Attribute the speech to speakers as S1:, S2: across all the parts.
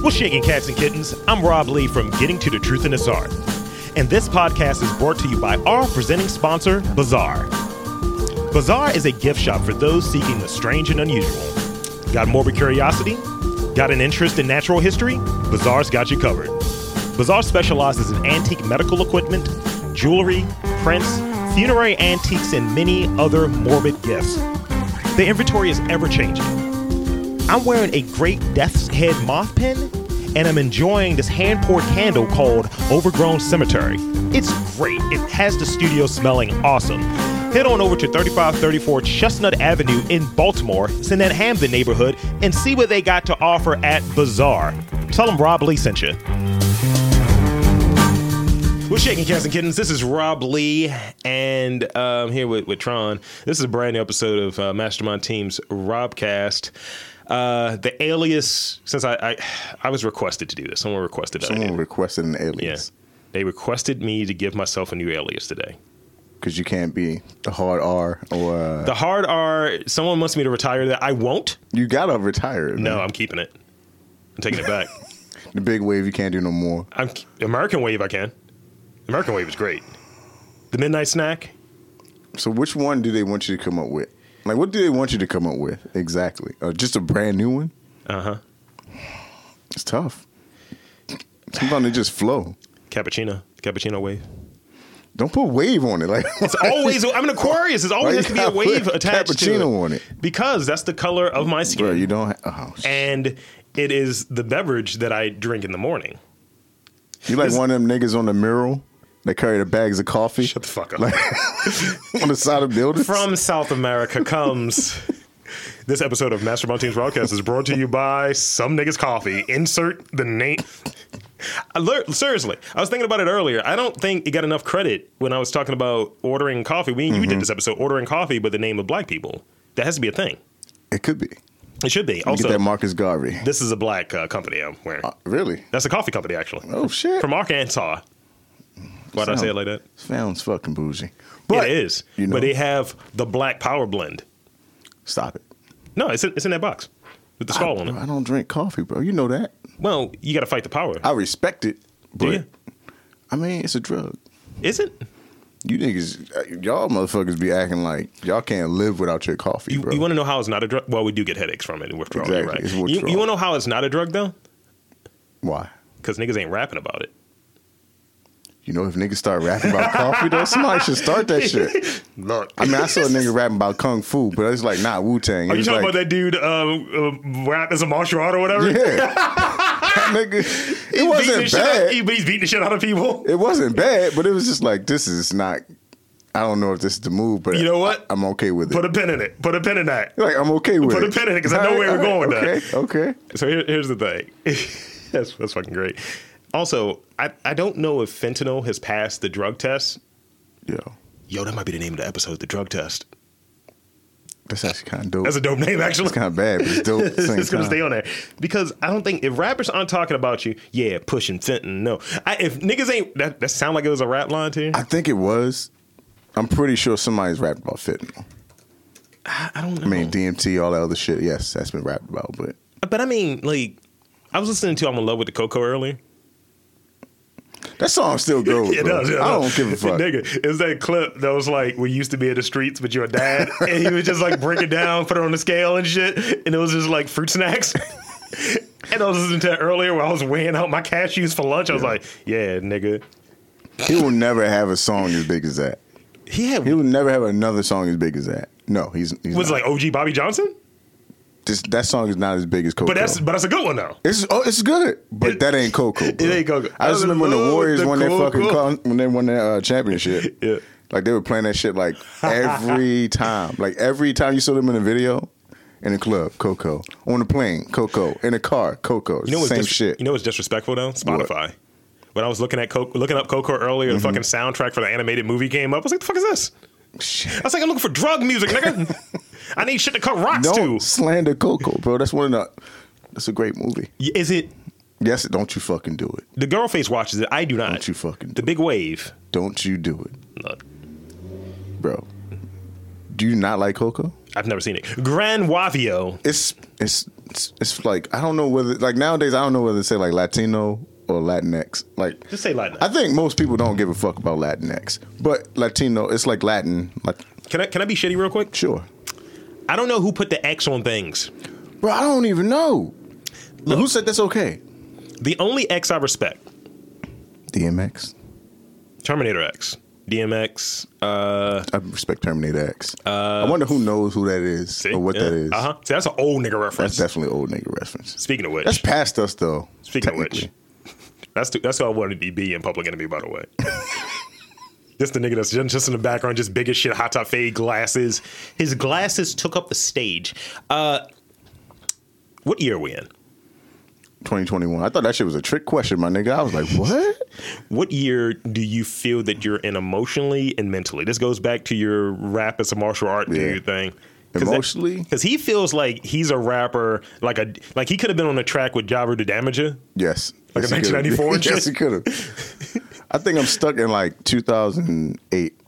S1: What's shaking cats and kittens? I'm Rob Lee from Getting to the Truth in This Art. And this podcast is brought to you by our presenting sponsor, Bazaar. Bazaar is a gift shop for those seeking the strange and unusual. Got morbid curiosity? Got an interest in natural history? Bazaar's got you covered. Bazaar specializes in antique medical equipment, jewelry, prints, funerary antiques, and many other morbid gifts. The inventory is ever changing. I'm wearing a great death's head moth pin, and I'm enjoying this hand poured candle called Overgrown Cemetery. It's great. It has the studio smelling awesome. Head on over to 3534 Chestnut Avenue in Baltimore, it's in that Hamden neighborhood, and see what they got to offer at Bazaar. Tell them Rob Lee sent you. We're shaking cats and kittens. This is Rob Lee, and um, here with, with Tron. This is a brand new episode of uh, Mastermind Team's Robcast. Uh, the alias, since I, I I was requested to do this, someone requested that I
S2: Someone
S1: do.
S2: requested an
S1: Yeah,
S2: alias
S1: they requested me to give myself a new alias today.
S2: because you can't be the hard R or uh,
S1: The hard R. Someone wants me to retire that. I won't.
S2: you gotta retire. man.
S1: No, I'm keeping it. I'm taking it back.
S2: the big wave you can't do no more.
S1: I'm American Wave. I can. American Wave is great. The Midnight Snack.
S2: So which one do they want you to come up with? Like, what do they want you to come up with exactly? Or just a brand new one?
S1: Uh huh.
S2: It's tough. Sometimes they just flow.
S1: Cappuccino. Cappuccino Wave.
S2: Don't put wave on it. Like
S1: It's always. I'm an Aquarius. It's
S2: Why
S1: always
S2: you
S1: has to be a
S2: gotta
S1: wave
S2: put
S1: attached to it.
S2: cappuccino on it?
S1: because that's the color of my skin,
S2: bro, you don't. Ha- oh, sh-
S1: and it is the beverage that I drink in the morning.
S2: you like
S1: this-
S2: one of them niggas on the mural that carry the bags of coffee
S1: Shut the fuck up.
S2: on the side of buildings.
S1: From South America comes. This episode of Master Montine's Broadcast is brought to you by Some Niggas Coffee. Insert the name. I lear- seriously, I was thinking about it earlier. I don't think it got enough credit when I was talking about ordering coffee. We you
S2: Mm-hmm.
S1: did this episode, ordering coffee, but the name of black people. That has to be a thing.
S2: it could be.
S1: It should be.
S2: You
S1: Also,
S2: get that Marcus Garvey.
S1: this is a black uh, company I'm wearing.
S2: Really?
S1: That's a coffee company, actually.
S2: Oh shit.
S1: From Arkansas. Why'd I say it like that?
S2: Sounds fucking bougie.
S1: it is.
S2: you know-
S1: But they have the black power blend.
S2: Stop it.
S1: No, it's in, it's in that box with the skull on
S2: Bro,
S1: it.
S2: I don't drink coffee, bro. You know that.
S1: Well, you got to fight the power.
S2: I respect it, but
S1: Do you?
S2: I mean, it's a drug.
S1: Is it?
S2: You niggas, uh, y'all motherfuckers be acting like y'all can't live without your coffee,
S1: You,
S2: bro.
S1: you want to know how it's not a drug? Well, we do get headaches from it and withdrawal. you're
S2: Exactly, it's
S1: Right. You,
S2: withdrawal.
S1: you want to know how it's not a drug, though?
S2: Why?
S1: Because niggas ain't rapping about it.
S2: You know, if niggas start rapping about coffee, though, somebody should start that shit.
S1: Look.
S2: I mean, I saw a nigga rapping about kung fu, but it's like, nah, Wu Tang.
S1: Are you talking
S2: like,
S1: about that dude uh, uh, rap as a martial art or whatever?
S2: Yeah. That nigga, it
S1: Beating the
S2: wasn't
S1: shit out-
S2: bad.
S1: he- he's beating the shit out of people.
S2: It wasn't bad, but it was just like, this is not, I don't know if this is the move, but
S1: You know what?
S2: I, am okay with it.
S1: Put a pin in it. Put a pin in that.
S2: Like I'm okay with
S1: Put a
S2: it.
S1: pin in it 'cause I know where we're going with
S2: Okay,
S1: that.
S2: okay.
S1: So here, here's the thing. that's that's fucking great. Also, I, I don't know if fentanyl has passed the drug test.
S2: Yo,
S1: Yo, that might be the name of the episode, the drug test.
S2: that's actually kind of dope.
S1: That's a dope name, actually.
S2: It's kind of bad, but it's dope. At the same
S1: it's gonna
S2: time.
S1: stay on there because I don't think if rappers aren't talking about you, yeah, pushing fentanyl. No, I, if niggas ain't that, that sound like it was a rap line to you.
S2: I think it was. I'm pretty sure somebody's rapped about fentanyl.
S1: I, I don't know.
S2: I mean, DMT, all that other shit. Yes, that's been rapped about, but
S1: but I mean, like, I was listening to "I'm in Love with the Coco" earlier.
S2: that song still goes.
S1: It
S2: bro.
S1: does. it
S2: I
S1: does.
S2: don't give a fuck.
S1: Nigga, it's that clip that was like, we used to be in the streets, but you're a dad. and he was just like, break it down, put it on the scale and shit. And it was just like fruit snacks. and I was listening to it earlier when I was weighing out my cashews for lunch. I was like, yeah, nigga.
S2: He will never have a song as big as that.
S1: He had,
S2: He will never have another song as big as that. No, he's, he's
S1: was
S2: not.
S1: like OG Bobby Johnson.
S2: This- that song is not as big as Coco.
S1: But that's but that's a good one, though.
S2: It's oh, it's good, but
S1: It-
S2: that ain't Coco. Bro.
S1: It ain't Coco.
S2: I just
S1: I
S2: remember when the
S1: love
S2: Warriors
S1: the
S2: won their
S1: Coco.
S2: fucking con- when they won their uh, championship.
S1: Yeah.
S2: like they were playing that shit like every time. Like every time you saw them in a video, in a club, Coco, on the plane, Coco, in a car, Coco,
S1: You know what's
S2: same
S1: dis-
S2: shit.
S1: You know what's disrespectful though? Spotify. When I was looking at Coco, looking up Coco earlier,
S2: Mm-hmm.
S1: the fucking soundtrack for the animated movie came up. I was like, "The fuck is this?" I
S2: shit.
S1: was like, "I'm looking for drug music, nigga. I need shit to cut rocks
S2: Don't
S1: to."
S2: slander Coco, bro. That's one of the. That's a great movie.
S1: Is it
S2: Yes, don't you fucking do it.
S1: The girl face watches it. I do not.
S2: Don't you fucking
S1: the
S2: do
S1: big wave.
S2: it. Don't you do it,
S1: Look,
S2: bro. Do you not like Coco?
S1: I've never seen it. Gran Wavio.
S2: It's it's it's, it's like I don't know whether like nowadays I don't know whether to say like Latino or Latinx. Like
S1: Just say Latinx.
S2: I think most people don't give a fuck about Latinx, but Latino, it's like Latin. Like
S1: Can I can I be shitty real quick?
S2: sure,
S1: I don't know who put the X on things.
S2: bro. I don't even know. Who said that's okay?
S1: The only X I respect,
S2: DMX.
S1: Terminator X, DMX. Uh,
S2: I respect Terminator X. I wonder who knows who that is or what that is.
S1: Uh huh. See, that's an old nigga reference.
S2: That's definitely old nigga reference.
S1: Speaking of which,
S2: That's past us though.
S1: Speaking of which,
S2: technically.
S1: that's the, that's who I wanted to be in Public Enemy, by the way. Just the nigga that's just just in the background, just big as shit, hot top fade glasses. His glasses took up the stage. Uh, what year are we in?
S2: 2021. I thought that shit was a trick question, my nigga. I was like, what?
S1: What year do you feel that you're in emotionally and mentally? This goes back to your rap as a martial art
S2: Yeah.
S1: dude thing.
S2: Emotionally?
S1: because he feels like he's a rapper, like a like he could have been on a track with Jabber the Damager.
S2: Yes.
S1: Like
S2: yes,
S1: in
S2: he could've.
S1: 1994 and
S2: yes,
S1: shit?
S2: he could have. I think I'm stuck in like 2008.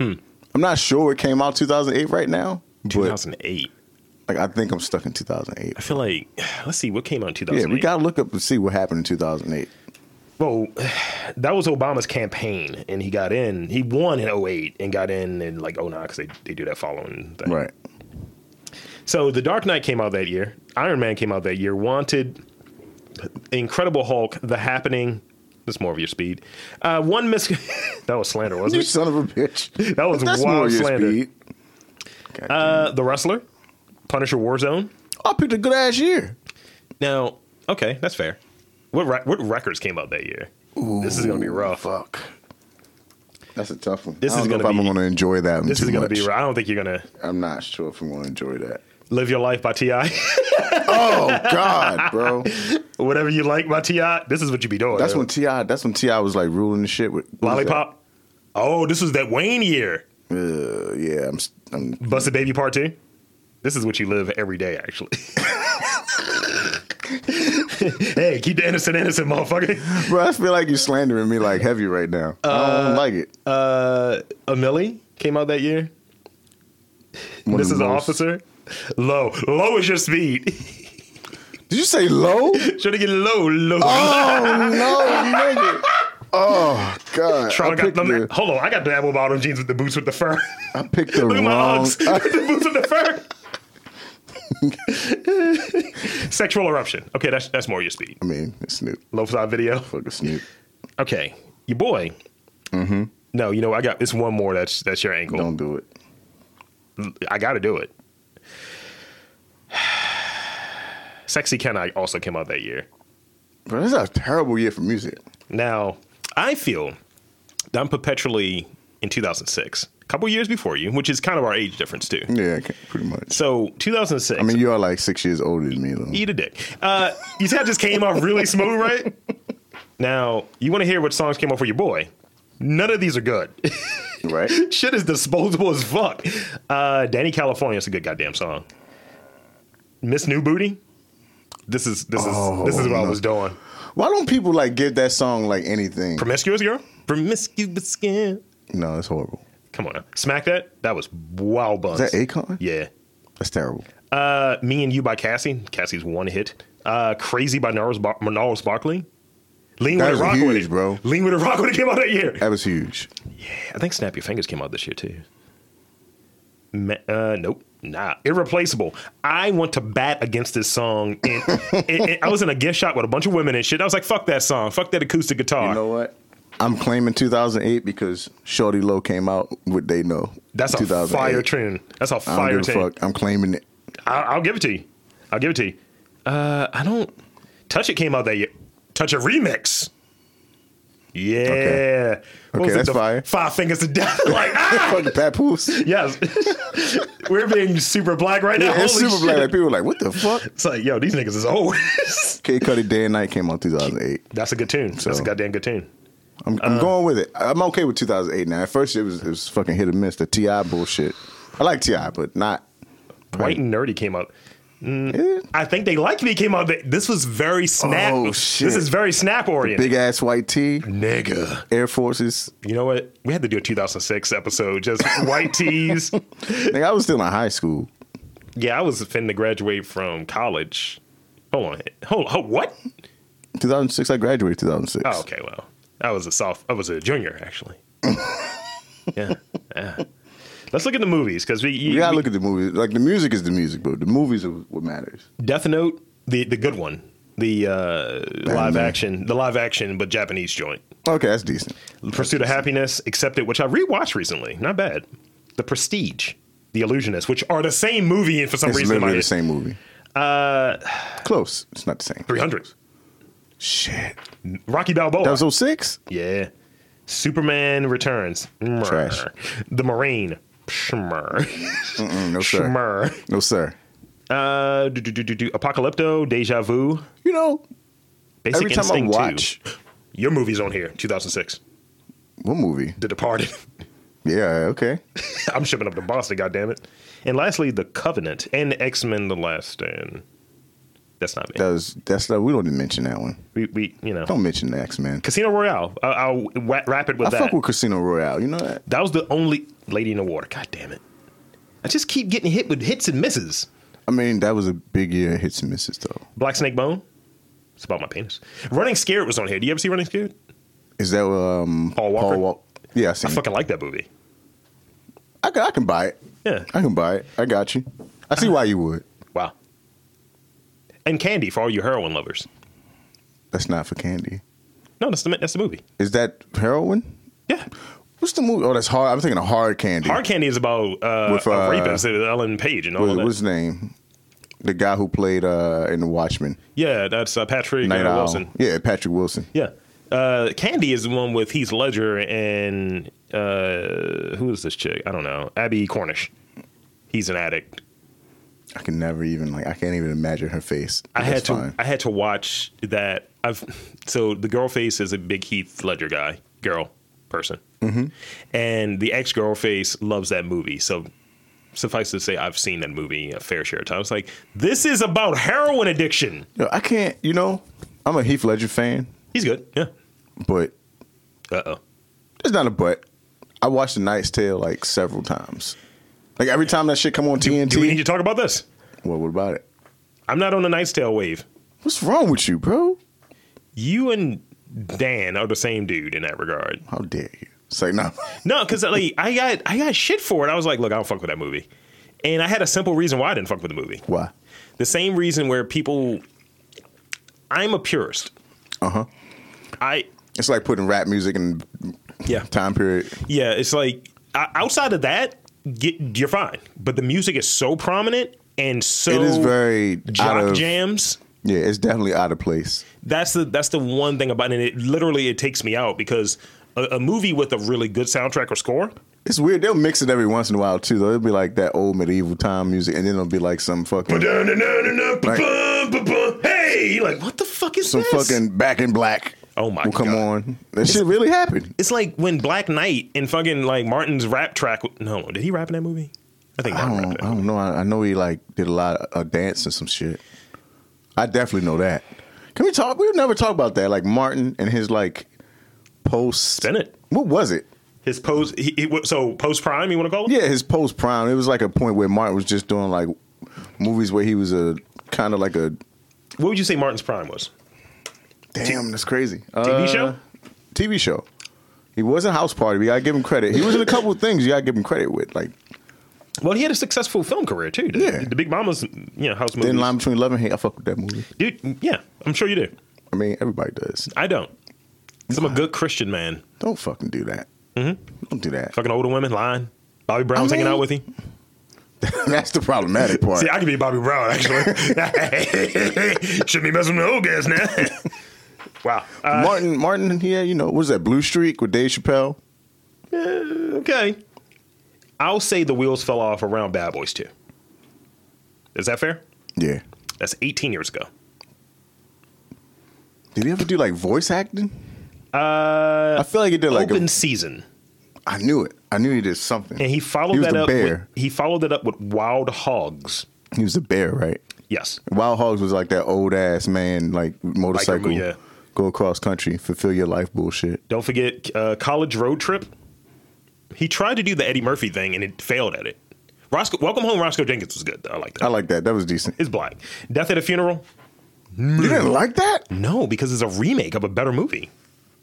S1: Hmm.
S2: I'm not sure it came out 2008 right now, but
S1: 2008.
S2: like I think I'm stuck in 2008.
S1: I feel like let's see what came out in 2008.
S2: Yeah, we gotta look up and see what happened in 2008.
S1: Well, that was Obama's campaign, and he got in. He won in 08 and got in in like 09 because they, they do that following thing.
S2: Right.
S1: So The Dark Knight came out that year. Iron Man came out that year. Wanted, Incredible Hulk, The Happening. That's more of your speed. Uh, one miss. that was slander,
S2: You
S1: wasn't it?
S2: son of a bitch.
S1: That was
S2: That's
S1: wild
S2: more your
S1: slander.
S2: speed. God
S1: Uh, the Wrestler, Punisher Warzone.
S2: damn. I picked a good ass year.
S1: Now, okay, that's fair. What re- what records came out that year? this is gonna be rough.
S2: Fuck. That's a tough one.
S1: This
S2: I don't
S1: is
S2: know
S1: gonna
S2: if
S1: be-
S2: I'm gonna enjoy that. one
S1: This
S2: too
S1: is gonna
S2: much.
S1: be. rough. I don't think you're gonna
S2: I'm not sure if I'm gonna enjoy that.
S1: live your life by Ti.
S2: Oh God, bro.
S1: Whatever you like by Ti. This is what you be doing.
S2: That's when Ti. That's when Ti was like ruling the shit with who was that?
S1: Lollipop. Oh, this is that Wayne year.
S2: Uh, yeah, I'm. s- I'm
S1: Busted Baby Part Two. This is what you live every day, actually. hey, keep the innocent innocent, motherfucker.
S2: bro, I feel like you're slandering me like heavy right now. I don't like it.
S1: Uh, Amelie came out that year.
S2: One
S1: this
S2: of
S1: is
S2: the
S1: an
S2: most-
S1: officer. Low, low is your speed.
S2: Did you say low?
S1: Should have get low, low.
S2: Oh no, nigga. Oh God.
S1: Tron
S2: I
S1: got
S2: picked,
S1: them.
S2: the,
S1: Hold on, I got the apple bottom jeans with the boots with the fur.
S2: I picked the
S1: Look at my
S2: wrong.
S1: Uggs. the boots with the fur. Sexual eruption. Okay, that's that's more your speed.
S2: I mean, it's Snoop.
S1: Low side video.
S2: Fucking Snoop.
S1: Okay, your boy. Mm-hmm. No, you know I got. It's one more. That's that's your angle.
S2: Don't do it.
S1: I got to do it. Sexy Can I also came out that year.
S2: Bro, this is a terrible year for music.
S1: Now I feel that I'm perpetually in 2006, a couple years before you, which is kind of our age difference too.
S2: Yeah, okay, pretty much.
S1: So 2006.
S2: I mean, you are like six years older than me, though.
S1: eat a dick. Uh, you see, I just came off really smooth, right? Now you want to hear what songs came off for your boy? None of these are good.
S2: Right?
S1: Shit is disposable as fuck. Uh, Danny California's a good goddamn song. Miss New Booty. This is this is
S2: Oh,
S1: this is what I was doing.
S2: Why don't people like give that song like anything?
S1: Promiscuous girl. Promiscuous skin.
S2: No, it's horrible.
S1: Come on, now. smack that. That was wow buns.
S2: Is that Akon?
S1: Yeah.
S2: That's terrible.
S1: Uh, Me and You by Cassie. Cassie's one hit. Uh, Crazy by Gnarls, Bar- Gnarls Barkley. Lean with a
S2: That was
S1: rock with
S2: huge,
S1: it,
S2: bro.
S1: Lean with a rock with it came out that year.
S2: That was huge.
S1: I think Snap Your Fingers came out this year too. Ma- uh, nope, nah, irreplaceable. I want to bat against this song. And, and- and I was in a gift shop with a bunch of women and shit. I was like, "Fuck that song. Fuck that acoustic guitar."
S2: You know what? I'm claiming 2008 because Shorty Low came out with They Know.
S1: That's a
S2: 2008.
S1: fire tune. That's a
S2: I
S1: fire
S2: don't give a
S1: tune.
S2: fuck. I'm claiming it.
S1: I- I'll give it to you. I'll give it to you. Uh, I don't. Touch It came out that year. Touch It remix. Yeah.
S2: Okay.
S1: What
S2: Okay,
S1: was it,
S2: that's
S1: the
S2: fire.
S1: Five fingers to death. like ah!
S2: Fuck the papoose.
S1: yes. We're being super black right now.
S2: it's
S1: Holy
S2: super
S1: shit.
S2: black. Like, people were like, what the fuck?
S1: It's like, yo, these niggas is old.
S2: K Cudi Day and Night came out 2008.
S1: That's a good tune. That's a
S2: So-
S1: goddamn good tune.
S2: I'm,
S1: Uh.
S2: I'm going with it. I'm okay with 2008 now. At first, it was it was fucking hit or miss. The Ti bullshit. I like Ti, but not eh.
S1: White and Nerdy came out.
S2: Yeah.
S1: I think they like me came out. This was very snap.
S2: Oh, shit.
S1: This is very snap oriented.
S2: Big ass white tee,
S1: Nigga.
S2: Air Forces.
S1: You know what? We had to do a 2006 episode, just white tees.
S2: Nigga, I was still in high school.
S1: Yeah, I was finna graduate from college. Hold on. Hold on. What?
S2: 2006, I graduated 2006.
S1: Oh, okay. Well, I was a soft. I was a junior actually. yeah. yeah. Let's look at the movies because we,
S2: You
S1: you,
S2: gotta
S1: we-
S2: look at the movies. Like the music is the music, but the movies are what matters.
S1: Death Note, the the good one, the uh, live action, the live action but Japanese joint.
S2: Okay, that's decent.
S1: Pursuit of Happiness, Accepted, which I rewatched recently. Not bad. The Prestige, The Illusionist, which are the same movie and for some
S2: It's
S1: reason in my
S2: literally the
S1: head.
S2: same movie. Uh, close. It's not the same.
S1: 300.
S2: Shit.
S1: Rocky Balboa.
S2: That was 06?
S1: Yeah. Superman Returns. Mrr.
S2: Trash.
S1: The Marine. Shmur.
S2: Mm-mm, Mm, no sir.
S1: Shmur.
S2: No sir.
S1: Uh, do, do, do, do, do. Apocalypto, Deja Vu,
S2: You know,
S1: Basic
S2: Every time I
S1: Instinct 2.
S2: watch-
S1: Your movie's on here, 2006.
S2: what movie?
S1: The Departed.
S2: Yeah, okay.
S1: I'm shipping up to Boston, goddammit. And lastly, The Covenant and X Men The Last Stand. That's not me.
S2: That was, that's not, we don't even mention that one.
S1: we, we, you know.
S2: Don't mention the X-Men.
S1: Casino Royale. I, I'll wa- wrap it with
S2: I
S1: that.
S2: fuck with Casino Royale. You know that?
S1: that was the only Lady in the Water. God damn it. I just keep getting hit with hits and misses.
S2: I mean, that was a big year of hits and misses, though.
S1: Black Snake Bone. It's about my penis. Running Scared was on here. Do you ever see Running Scared?
S2: Is that um,
S1: Paul Walker?
S2: Walk- yeah, I seen
S1: I
S2: it.
S1: fucking like that movie.
S2: I can, I can buy it.
S1: Yeah.
S2: I can buy it. I got you. I see why you would.
S1: Wow. And Candy for all you heroin lovers.
S2: That's not for candy.
S1: No, that's the that's the movie.
S2: Is that heroin?
S1: Yeah.
S2: What's the movie? Oh, that's hard. I'm thinking of hard candy.
S1: Hard Candy is about uh,
S2: With,
S1: a
S2: uh,
S1: rapist, Ellen Page, and all
S2: What,
S1: that.
S2: what's his name? The guy who played uh, in The Watchmen,
S1: yeah, that's uh, Patrick uh,
S2: Night Owl.
S1: Wilson.
S2: Yeah, Patrick Wilson.
S1: Yeah. Uh, Candy is the one with Heath Ledger and uh, who is this chick? I don't know. Abby Cornish. He's an addict.
S2: I can never even like. I can't even imagine her face.
S1: I had
S2: That's
S1: to
S2: fine.
S1: I had to watch that. I've so the girl face is a big Heath Ledger guy, girl person, mm-hmm. and the ex girl face loves that movie. So suffice to say, I've seen that movie a fair share of times. Like this is about heroin addiction.
S2: Yo, I can't. You know, I'm a Heath Ledger fan,
S1: He's good. Yeah.
S2: but
S1: Uh oh.
S2: it's not a but. I watched The Knight's Tale like several times. Like every time that shit come on TNT.
S1: Do we need to talk about this?
S2: well, what about it?
S1: I'm not on the Night's Tale wave.
S2: What's wrong with you, bro?
S1: You and Dan are the same dude in that regard.
S2: How dare you? It's like no.
S1: No, because like I got I got shit for it. I was like, look, I don't fuck with that movie, and I had a simple reason why I didn't fuck with the movie.
S2: Why?
S1: the same reason where people I'm a purist.
S2: Uh huh.
S1: I
S2: It's like putting rap music in
S1: yeah.
S2: time period.
S1: Yeah, it's like o- outside of that, get, you're fine. But the music is so prominent and so
S2: It is very out
S1: jock
S2: of
S1: jams.
S2: yeah. It's definitely out of place.
S1: That's the that's the one thing about it. It literally it takes me out because a, a movie with a really good soundtrack or score,
S2: It's weird. They'll mix it every once in a while too, though. It'll be like that old medieval time music, and then it'll be like some fucking
S1: hey, you're like what the fuck is
S2: some
S1: this?
S2: fucking back in black.
S1: Oh my
S2: will come
S1: God.
S2: on. That shit really happened.
S1: it's like when Black Knight and fucking like Martin's rap track. No, did he rap in that movie? I think
S2: I
S1: Martin rapped in
S2: don't. I
S1: that.
S2: don't know. I, I know he like did a lot of of dance and some shit. I definitely know that. Can we talk? We've never talked about that. Like Martin and his like post.
S1: Senate.
S2: What was it?
S1: His post, he, he, so post prime, you want to call it?
S2: Yeah, his post prime. It was like a point where Martin was just doing like movies where he was a kind of like a
S1: What would you say Martin's prime was?
S2: damn. That's crazy.
S1: TV
S2: Uh,
S1: show?
S2: TV show. He was in House Party. We gotta give him credit. He was in a couple of things you gotta give him credit with. Like
S1: Well, he had a successful film career too. The,
S2: Yeah.
S1: the Big Mama's, you know, house movies.
S2: Thin Line Between Love and Hate. I fuck with that movie.
S1: Dude, yeah, I'm sure you do.
S2: I mean, everybody does.
S1: I don't. 'Cause I'm a good Christian man.
S2: Don't fucking do that. Mm-hmm. Don't do that.
S1: Fucking older women lying. Bobby Brown's
S2: I mean-
S1: hanging out with him.
S2: That's the problematic part.
S1: See, I could be Bobby Brown actually. Shouldn't be messing with old guys now. wow. Uh,
S2: Martin, Martin, yeah, you know, what is that Blue Streak with Dave Chappelle?
S1: Eh, okay. I'll say the wheels fell off around Bad Boys 2. Is that fair?
S2: Yeah.
S1: That's 18 years ago.
S2: Did he ever do like voice acting?
S1: Uh,
S2: I feel like he did like.
S1: open
S2: A,
S1: season.
S2: I knew it. I knew he did something.
S1: and he followed
S2: He was
S1: that
S2: the
S1: up.
S2: bear.
S1: With, he followed it up with Wild Hogs.
S2: He was a bear, right?
S1: Yes.
S2: Wild Hogs was like that old ass man, like motorcycle,
S1: yeah.
S2: go across country, fulfill your life bullshit.
S1: Don't forget uh, College Road Trip. He tried to do the Eddie Murphy thing and it failed at it. Roscoe, Welcome Home, Roscoe Jenkins was good. Though. I like that.
S2: I like that. That was decent.
S1: it's black. Death at a Funeral. Mm.
S2: You didn't like that?
S1: No, because it's a remake of a better movie.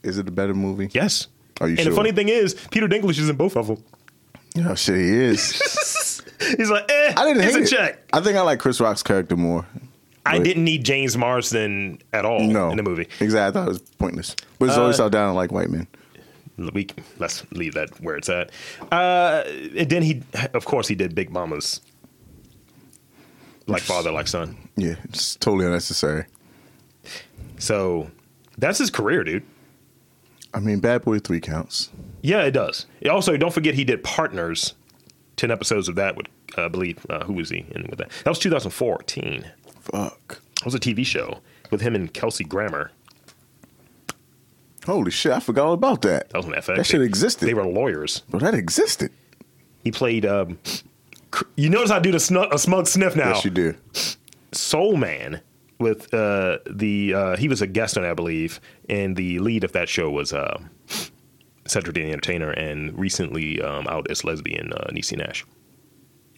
S2: Is it a better movie?
S1: Yes.
S2: Are you
S1: and
S2: sure?
S1: the funny thing is, Peter Dinklage is in both of them.
S2: Oh shit, he is.
S1: He's like, eh,
S2: I didn't
S1: it's
S2: hate
S1: a
S2: it.
S1: check.
S2: I think I like Chris Rock's character more.
S1: I
S2: But-
S1: didn't need James Marsden at all
S2: No,
S1: in the movie.
S2: Exactly, I thought it was pointless. But it's always
S1: Uh,
S2: how down I like white men.
S1: We let's leave that where it's at. Uh, and then he, of course, he did Big Mama's, like father, like son.
S2: Yeah, it's totally unnecessary.
S1: So that's his career, dude.
S2: I mean, Bad Boy Three counts.
S1: Yeah, it does. Also, don't forget he did Partners, ten episodes of that. Would uh, I believe uh, who was he in with that? That was 2014.
S2: Fuck.
S1: It was a TV show with him and Kelsey Grammer.
S2: Holy shit, I forgot all about that.
S1: Oh, That was an FX.
S2: That shit existed.
S1: They were lawyers.
S2: Bro, that existed.
S1: He played. Um, cr- you notice I do the snu- a smug sniff now.
S2: Yes, you do.
S1: Soul Man with uh, the uh, he was a guest on, it, I believe, and the lead of that show was uh, Cedric the Entertainer, and recently um, out as lesbian uh, Niecy Nash.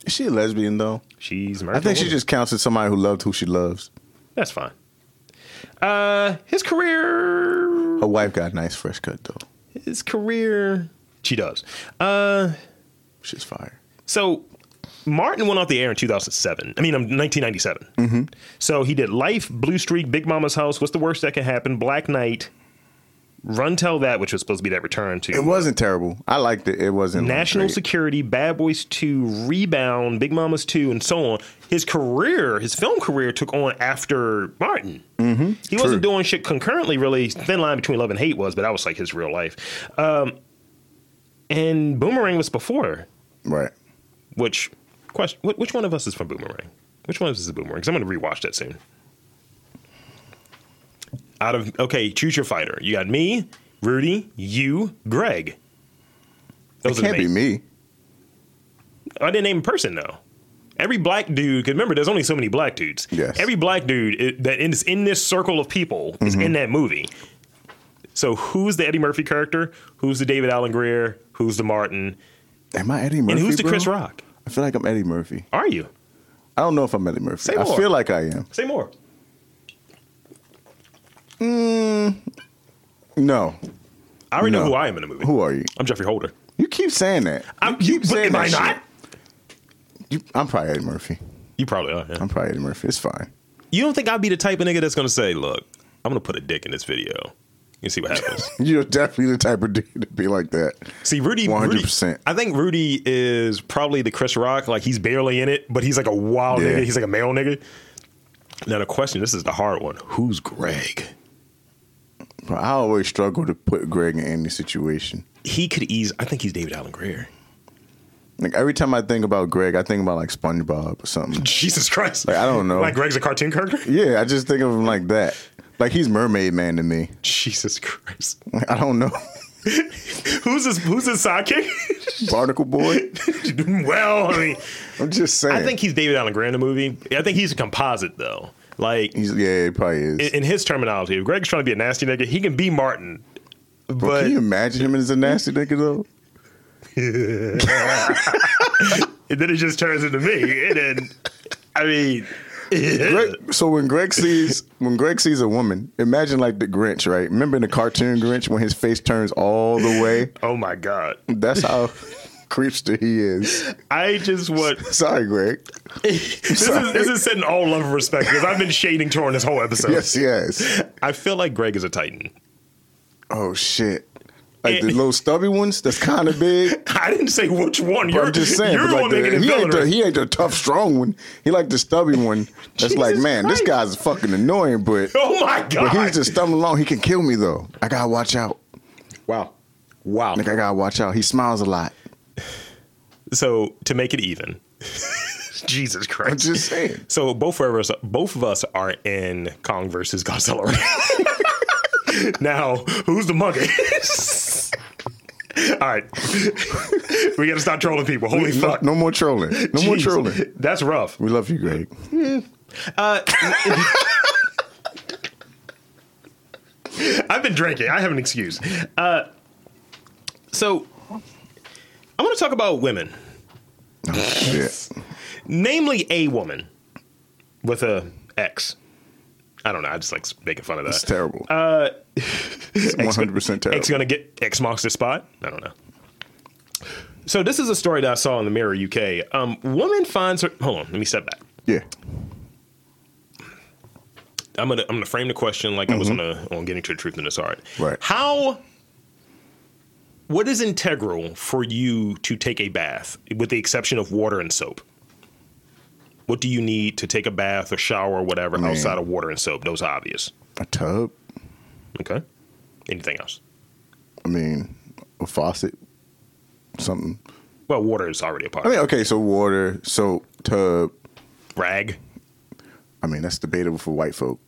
S2: Is she a lesbian though?
S1: She's married. to
S2: I
S1: a
S2: think she
S1: woman.
S2: just counts as somebody who loved who she loves.
S1: that's fine. Uh, his career,
S2: Her wife got a nice fresh cut though.
S1: his career, she does.
S2: She's fire.
S1: So Martin went off the air in 2007. I mean, um, 1997. So he did Life, Blue Streak, Big Mama's House. What's the worst that can happen? Black Knight, Run Tell That, which was supposed to be that return to
S2: It wasn't terrible. I liked it. It wasn't like,
S1: National
S2: great.
S1: Security, Bad Boys 2, Rebound, Big Mama's 2, and so on. His career, his film career, took on after Martin. Mm-hmm, he wasn't doing shit concurrently, really. Thin line between love and hate was, but that was like his real life. Um, and Boomerang was before
S2: Right.
S1: which question? wh- Which one of us is from Boomerang? Which one of us is Boomerang? 'Cause I'm going to rewatch that soon. Out of okay, choose your fighter. You got me, Rudy, you, Greg.
S2: It
S1: Those
S2: can't
S1: are the
S2: be
S1: main-
S2: me.
S1: I didn't name a person though. Every black dude, because remember, there's only so many black dudes.
S2: Yes.
S1: Every black dude i- that is in this circle of people is
S2: Mm-hmm.
S1: in that movie. So who's the Eddie Murphy character? Who's the David Allen Greer? Who's the Martin?
S2: Am I Eddie Murphy?
S1: and who's the
S2: bro?
S1: Chris Rock?
S2: I feel like I'm Eddie Murphy.
S1: Are you?
S2: I don't know if I'm Eddie
S1: Say
S2: Murphy. I
S1: more.
S2: feel like I am.
S1: Say more.
S2: No.
S1: I already know
S2: No.
S1: who I am in the movie.
S2: Who are you?
S1: I'm Jeffrey Holder.
S2: You keep saying that.
S1: I'm, you, but am I
S2: that
S1: not?
S2: shit. You, I'm probably Eddie Murphy.
S1: You probably are. yeah.
S2: I'm probably Eddie Murphy. It's fine.
S1: You don't think I'd be the type of nigga that's gonna say, "Look, I'm gonna put a dick in this video and see what happens."
S2: You're definitely the type of dude to be like that.
S1: see, Rudy,
S2: 100%.
S1: Rudy- I think Rudy is probably the Chris Rock. Like he's barely in it, but he's like a wild
S2: Yeah.
S1: nigga. He's like a male nigga. Now the question, this is the hard one: Who's Greg?
S2: But I always struggle to put Greg in any situation.
S1: He could ease. I think he's David Allen Greer.
S2: Like every time I think about Greg, I think about like SpongeBob or something.
S1: Jesus Christ!
S2: Like, I don't know.
S1: Like Greg's a cartoon character.
S2: Yeah, I just think of him like that. Like he's Mermaid Man to me.
S1: Jesus Christ!
S2: Like, I don't know.
S1: Who's his Who's his sidekick?
S2: Barnacle Boy.
S1: well, I mean.
S2: I'm just saying.
S1: I think he's David Allen Greer in the movie. I think he's a composite though. Like
S2: he's yeah, he probably is.
S1: in, in his terminology, if Greg's trying to be a nasty nigga, he can be Martin.
S2: But
S1: But
S2: can you imagine him as a nasty nigga though?
S1: and then it just turns into me. And then I mean
S2: Greg, so when Greg sees when Greg sees a woman, imagine like the Grinch, right? Remember in the cartoon Grinch when his face turns all the way?
S1: Oh my God.
S2: That's how creepster he is.
S1: I just want
S2: Sorry, Greg.
S1: this is this is setting all love and respect because I've been shading Torn this whole episode.
S2: Yes, yes.
S1: I feel like Greg is a Titan.
S2: Oh shit. Like
S1: Eh.
S2: the little stubby ones that's kind of big.
S1: I didn't say which one.
S2: But
S1: You're,
S2: I'm just saying,
S1: you're
S2: but
S1: the
S2: like
S1: one making
S2: the,
S1: it
S2: he, ain't the,
S1: villainous.
S2: he ain't the tough, strong one. He like the stubby one. That's like,
S1: Jesus
S2: man, this guy's
S1: Christ.
S2: fucking annoying, but
S1: Oh my
S2: but
S1: God.
S2: he's just stumbling along. He can kill me though. I gotta watch out.
S1: wow. Wow.
S2: Like I gotta watch out. He smiles a lot.
S1: So to make it even, Jesus Christ.
S2: I'm just saying.
S1: So both of us, both of us are in Kong versus Godzilla. now, who's the monkey? All right, we gotta stop trolling people. Holy
S2: No,
S1: fuck!
S2: no more trolling. No more
S1: Jeez.
S2: trolling.
S1: That's rough.
S2: We love you, Greg.
S1: Uh, I've been drinking. I have an excuse. Uh, so I want to talk about women,
S2: Oh, shit.
S1: namely a woman with a X. I don't know. I just like making fun of that.
S2: It's terrible. Uh, 100% terrible.
S1: X gonna get X marks the spot. I don't know. So this is a story that I saw in the Mirror UK. Um, woman finds her. Hold on, let me step back.
S2: yeah.
S1: I'm gonna I'm gonna frame the question like I was on a, on getting to the truth in this art.
S2: Right.
S1: How? What is integral for you to take a bath, with the exception of water and soap? What do you need to take a bath or shower or whatever
S2: Man.
S1: outside of water and soap? Those are obvious.
S2: A tub.
S1: Okay. Anything else?
S2: I mean, a faucet. Something.
S1: Well, water is already a part.
S2: I
S1: of
S2: mean,
S1: it.
S2: okay, so water, soap, tub.
S1: Rag.
S2: I mean, that's debatable for white folk.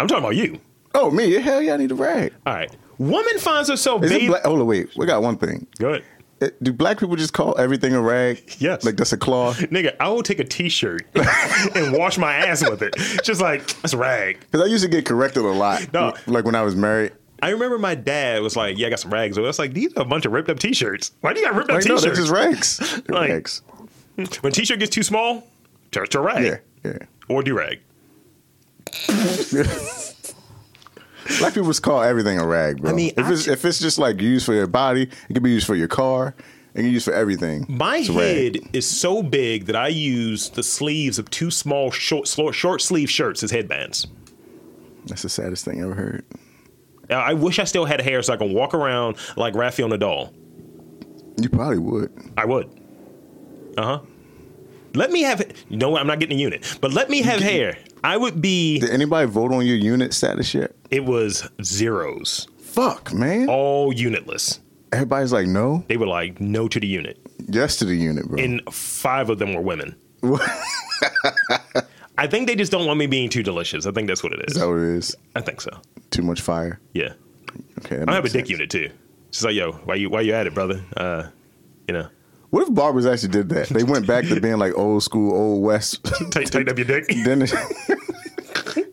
S1: I'm talking about you.
S2: Oh, me? Hell yeah, I need a rag.
S1: All right. Woman finds herself
S2: Is it
S1: bathing.
S2: black? Hold on, wait. We got one thing.
S1: Good.
S2: It- do black people just call everything a rag?
S1: Yes.
S2: Like that's a claw?
S1: Nigga, I will take a t shirt and wash my ass with it. Just like, that's a rag.
S2: Because I used to get corrected a lot.
S1: No.
S2: Like when I was married.
S1: I remember my dad was like, Yeah, I got some rags. I was like, These are a bunch of ripped up t shirts. Why do you got ripped up
S2: Like,
S1: t
S2: no, they're
S1: shirts?
S2: just rags. They're
S1: Like-
S2: rags.
S1: when t shirt gets too small, turn to a rag
S2: Yeah, yeah.
S1: or do rag.
S2: Black people just call everything a rag, bro.
S1: I mean,
S2: if
S1: I
S2: it's
S1: ju-
S2: if it's just like used for your body, it can be used for your car, it can be used for everything.
S1: My
S2: It's a rag.
S1: head is so big that I use the sleeves of two small short, short, short sleeve shirts as headbands.
S2: That's the saddest thing I ever heard.
S1: Uh, I wish I still had hair so I can walk around like Rafael Nadal.
S2: You probably would.
S1: I would. Uh huh. Let me have. You know what? I'm not getting a unit, but let me have hair. I would be.
S2: Did anybody vote on your unit status yet?
S1: It was zeros,
S2: Fuck, man.
S1: all unitless.
S2: Everybody's like, no.
S1: They were like no to the unit,
S2: Yes to the unit, bro.
S1: and five of them were women. I think they just don't want me being too delicious. I think that's what it is.
S2: Is that what it is?
S1: I think so.
S2: Too much fire.
S1: Yeah,
S2: Okay. that
S1: I have a
S2: makes
S1: dick
S2: sense.
S1: unit too. She's like, yo, why you why you at it, brother? Uh, you know,
S2: What if barbers actually did that? They went back to being like old school, old west.
S1: tight tighten up your dick.
S2: dentist.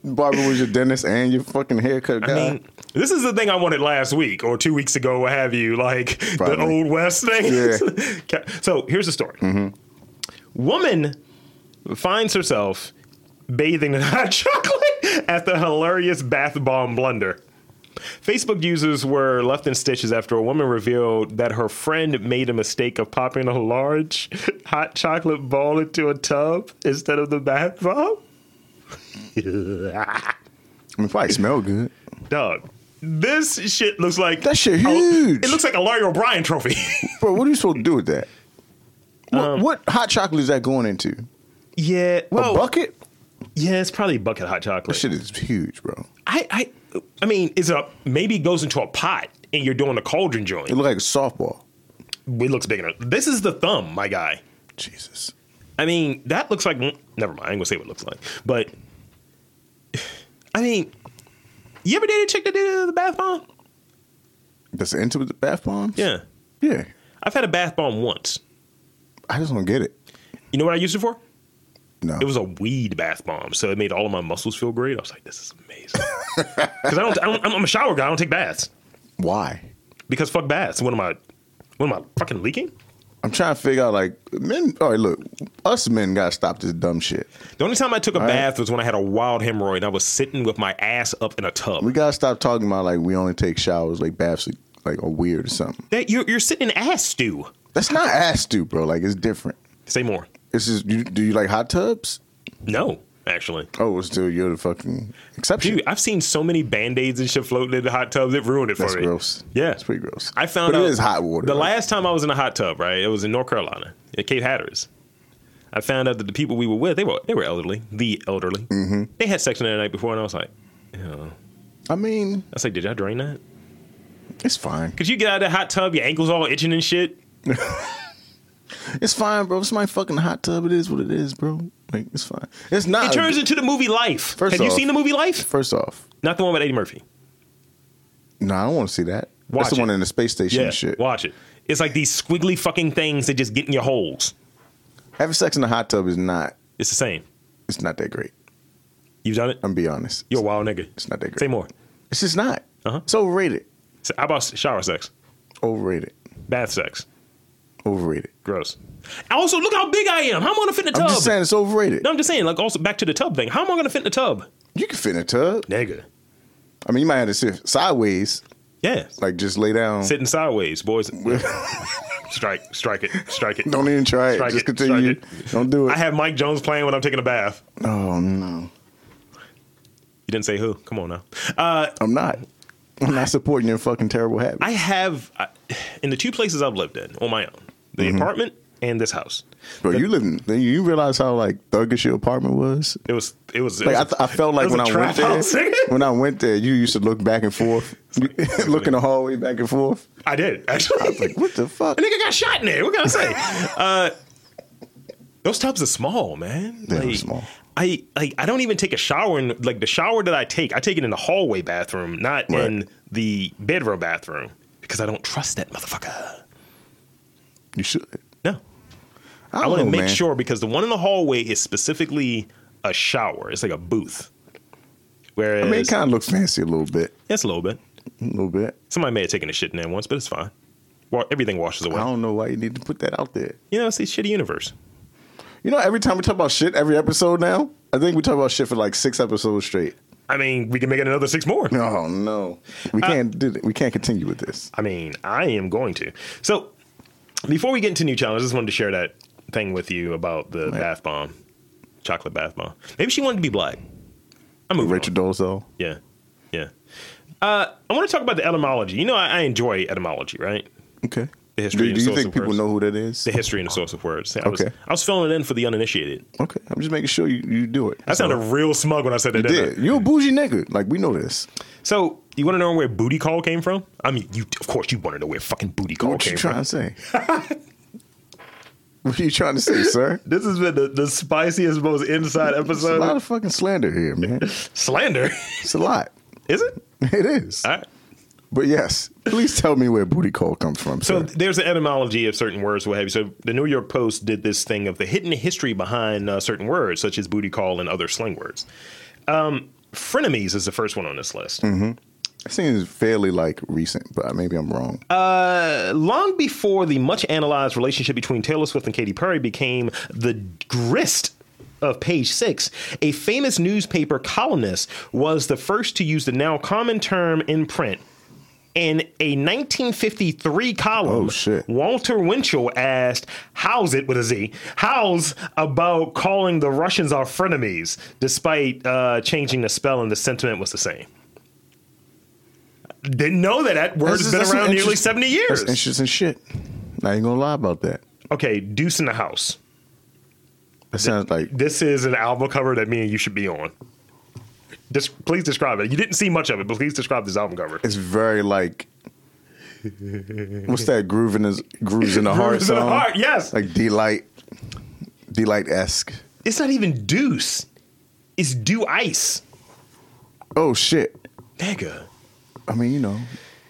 S2: Barber was your dentist and your fucking haircut
S1: I
S2: guy.
S1: mean, this is the thing I wanted last week or two weeks ago, what have you, like the
S2: Probably.
S1: old west thing.
S2: Yeah.
S1: Okay, so here's the story. Woman finds herself bathing in hot chocolate after a hilarious bath bomb blunder. Facebook users were left in stitches after a woman revealed that her friend made a mistake of popping a large hot chocolate ball into a tub instead of the bath bomb.
S2: I mean, probably smell good.
S1: Dog, this shit looks like
S2: That shit
S1: Oh,
S2: huge.
S1: It looks like a Larry O'Brien trophy.
S2: Bro, what are you supposed to do with that? What,
S1: Um,
S2: what hot chocolate is that going into?
S1: yeah,
S2: A bucket?
S1: yeah, it's probably bucket hot
S2: That
S1: chocolate.
S2: shit is huge, bro.
S1: I, I, I mean, it's a maybe it goes into a pot and you're doing a cauldron joint.
S2: It looked like a softball.
S1: It looks big enough. This is the thumb, my guy.
S2: Jesus.
S1: I mean, that looks like. Never mind. I ain't gonna say what it looks like, but I mean, you ever dated a chick that did uh, the bath bomb?
S2: That's into the bath bombs?
S1: Yeah,
S2: Yeah.
S1: I've had a bath bomb once.
S2: I just don't get it.
S1: You know what I used it for?
S2: No.
S1: It was a weed bath bomb, so it made all of my muscles feel great. I was like, "This is amazing," because I don't, I don't. I'm a shower guy. I don't take baths
S2: Why?
S1: because fuck baths. What am I? What am I fucking leaking?
S2: I'm trying to figure out, like, men. All right, look, us men got to stop this dumb shit.
S1: The only time I took a
S2: right.
S1: bath was when I had a wild hemorrhoid. and I was sitting with my ass up in a tub.
S2: We got to stop talking about, like, we only take showers, like, baths, like, are weird or something.
S1: That you're you're sitting in ass stew.
S2: That's not ass do, bro. Like, it's different.
S1: Say more.
S2: It's just, you, do you like hot tubs?
S1: No, actually.
S2: Oh, it's still, you're the fucking exception.
S1: Dude, I've seen so many band aids and shit floating in the hot tubs. It ruined it
S2: That's
S1: for me.
S2: gross.
S1: Yeah.
S2: It's pretty gross.
S1: I found
S2: but
S1: out
S2: it is hot water.
S1: The
S2: right?
S1: last time I was in a hot tub, right? It was in North Carolina at Cape Hatteras. I found out that the people we were with, they were they were elderly, the elderly. Mm-hmm. They had sex in there the night before, and I was like, "Ew."
S2: I mean,
S1: I was like, did I drain that?
S2: it's fine.
S1: Cause you get out of the hot tub, your ankles all itching and shit.
S2: It's fine, bro. It's my fucking hot tub. It is what it is, bro. Like, it's fine. It's not.
S1: It turns into the movie Life.
S2: Uh, First
S1: Have you
S2: off-
S1: seen the movie Life?
S2: First off,
S1: Not the one with Eddie Murphy.
S2: no, I don't want to see that.
S1: Watch
S2: That's the
S1: it.
S2: one in the space station
S1: Yeah,
S2: and shit.
S1: watch it. It's like these squiggly fucking things that just get in your holes.
S2: Having sex in the hot tub is not.
S1: It's the same.
S2: It's not that great.
S1: You've done it.
S2: I'm be honest.
S1: You're a wild nigga.
S2: It's not that great.
S1: Say more.
S2: It's just not.
S1: Uh-huh.
S2: It's overrated.
S1: So how about shower sex,
S2: Overrated.
S1: bath sex?
S2: Overrated.
S1: Gross. Also, look how big I am. How am I gonna fit in the
S2: I'm
S1: tub?
S2: just saying it's overrated.
S1: No, I'm just saying. Like also back to the tub thing. How am I gonna fit in the tub?
S2: You can fit in a tub.
S1: Nigga.
S2: I mean, you might have to sit sideways,
S1: Yeah.
S2: like just lay down.
S1: Sitting sideways, boys. strike, strike it, strike it.
S2: Don't even try it.
S1: Strike
S2: just
S1: it,
S2: continue.
S1: strike
S2: Don't do it.
S1: I have Mike Jones playing when I'm taking a bath.
S2: oh no,
S1: You didn't say who. Come on now. Uh,
S2: I'm not. I'm not supporting your fucking terrible habit.
S1: I have I, in the two places I've lived in on my own, the
S2: Mm-hmm.
S1: apartment and this house.
S2: Bro, you live in. then You realize how like thuggish your apartment was.
S1: It was. It was. it
S2: Like I,
S1: was
S2: th- I felt like
S1: it was
S2: when
S1: a
S2: I
S1: trap
S2: went there,
S1: house, nigga.
S2: when I went there, you used to look back and forth, look in the hallway back and forth.
S1: I did actually.
S2: I was like, what the fuck?
S1: A nigga got shot in there. What can I say? uh, those tubs are small, man.
S2: They are small.
S1: I like. I don't even take a shower in like the shower that I take. I take it in the hallway bathroom, not
S2: Right.
S1: in the bedroom bathroom, because I don't trust that motherfucker.
S2: You should.
S1: No,
S2: I,
S1: I
S2: don't
S1: want to
S2: know,
S1: make
S2: Oh, man.
S1: sure because the one in the hallway is specifically a shower. It's like a booth. Whereas
S2: I mean, it kind of looks fancy a little bit,
S1: it's a little bit.
S2: a little bit.
S1: Somebody may have taken a shit in there once, but it's fine. Well, everything washes
S2: I
S1: away.
S2: don't know why you need to put that out there.
S1: You know, it's a shitty universe.
S2: You know, every time we talk about shit, every episode now, I think we talk about shit for like six episodes straight.
S1: I mean, we can make it another six more.
S2: Oh no, we can't do it. We can't continue with this.
S1: I mean, I am going to. So, before we get into new challenges, I just wanted to share that thing with you about the bath bomb, chocolate bath bomb. Maybe she wanted to be black. I'm moving.
S2: Rachel
S1: on.
S2: Dolezal.
S1: Yeah, yeah. Uh, I want to talk about the etymology. You know, I, I enjoy etymology, right?
S2: Okay.
S1: The
S2: Do,
S1: history
S2: do
S1: and
S2: you
S1: source
S2: think
S1: of
S2: people
S1: words.
S2: know who that is?
S1: The history and the source of words. I was,
S2: Okay.
S1: I was filling it in for the uninitiated.
S2: Okay, I'm just making sure you, you do it.
S1: I sounded real smug when I said that.
S2: You
S1: didn't I?
S2: did. You a bougie nigga? Like we know this.
S1: So you want to know where booty call came from? I mean, you of course you want to know where fucking booty call
S2: What
S1: came
S2: you trying
S1: from.
S2: to say? what are you trying to say, sir?
S1: This has been the, the spiciest, most inside
S2: It's a lot of fucking slander here, man.
S1: Slander,
S2: It's a lot.
S1: is it?
S2: It is.
S1: All right.
S2: But yes, please tell me where booty call comes from.
S1: So
S2: Sir.
S1: there's an etymology of certain words, what have you. So the New York Post did this thing of the hidden history behind uh, certain words, such as booty call and other slang words. Um, frenemies is the first one on this list.
S2: it seems fairly like recent, but maybe I'm wrong.
S1: long before the much analyzed relationship between Taylor Swift and Katy Perry became the grist of page six, a famous newspaper columnist was the first to use the now common term in print. In a 1953 column,
S2: Oh, shit.
S1: Walter Winchell asked, How's it with a Z? How's about calling the Russians our frenemies, despite uh, changing the spell and the sentiment was the same? Didn't know that that word
S2: That's-
S1: has been
S2: that's an
S1: around nearly
S2: interest-
S1: 70 years.
S2: That's interesting shit. Now you gonna lie about that?
S1: Okay, Deuce in the House.
S2: That sounds like
S1: This is an album cover that me and you should be on. Just please describe it. You didn't see much of it, but please describe this album cover.
S2: it's very like. What's that groove in his grooves in the heart
S1: Grooves in the
S2: song?
S1: Heart, yes.
S2: like delight, delight esque.
S1: It's not even Deuce. It's Do Ice.
S2: Oh shit!
S1: Nigga.
S2: I mean, you know,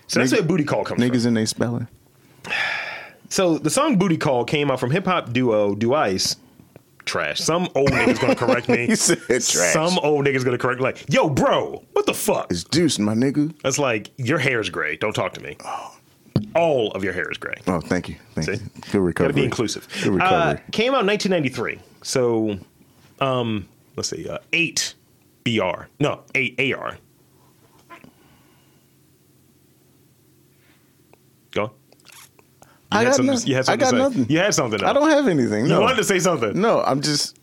S1: So that's
S2: Nigga-
S1: where Booty Call comes from.
S2: niggas in they spelling.
S1: So the song Booty Call came out from hip hop duo Do Ice. Trash. Some old nigga's gonna correct me.
S2: He said trash.
S1: Some old nigga's gonna correct like, yo, bro, what the fuck?
S2: It's Deuce, my nigga.
S1: That's like, your hair is gray. Don't talk to me. All of your hair is gray.
S2: Oh, thank you, thank
S1: See?
S2: you. Good recovery.
S1: Gotta be inclusive.
S2: Good recovery.
S1: Uh, came out in 1993. So, um, let's see, uh, eight BR. No, eight AR. Go. on. You
S2: I
S1: had
S2: got,
S1: something-
S2: nothing.
S1: You had
S2: I
S1: something to
S2: got
S1: say.
S2: nothing.
S1: You had something.
S2: I don't have anything.
S1: You
S2: No.
S1: wanted to say something.
S2: No, I'm just,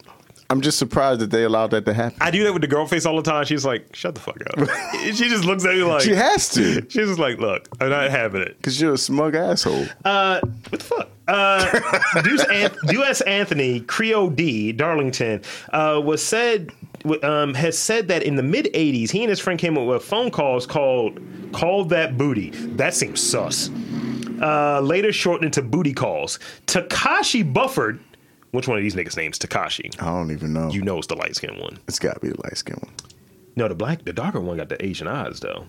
S2: I'm just surprised that they allowed that to happen.
S1: I do that with the girl face all the time. She's like, "Shut the fuck up." she just looks at me like
S2: she has to,
S1: She's just like, "Look, I'm not having it."
S2: cause you're a smug asshole.
S1: Uh, what the fuck? Uh, Deuce An- Deuce Anthony, Creo D, Darlington, uh, was said w- um, has said that in the mid '80s, he and his friend came up with phone calls called "Call That Booty." That seems sus. Uh, later shortened to booty calls. Takashi Bufford. Which one of these niggas' names? Takashi.
S2: I don't even know.
S1: You know it's the light skinned one.
S2: it's got to be the light skin one.
S1: No, the black, the darker one got the Asian eyes though.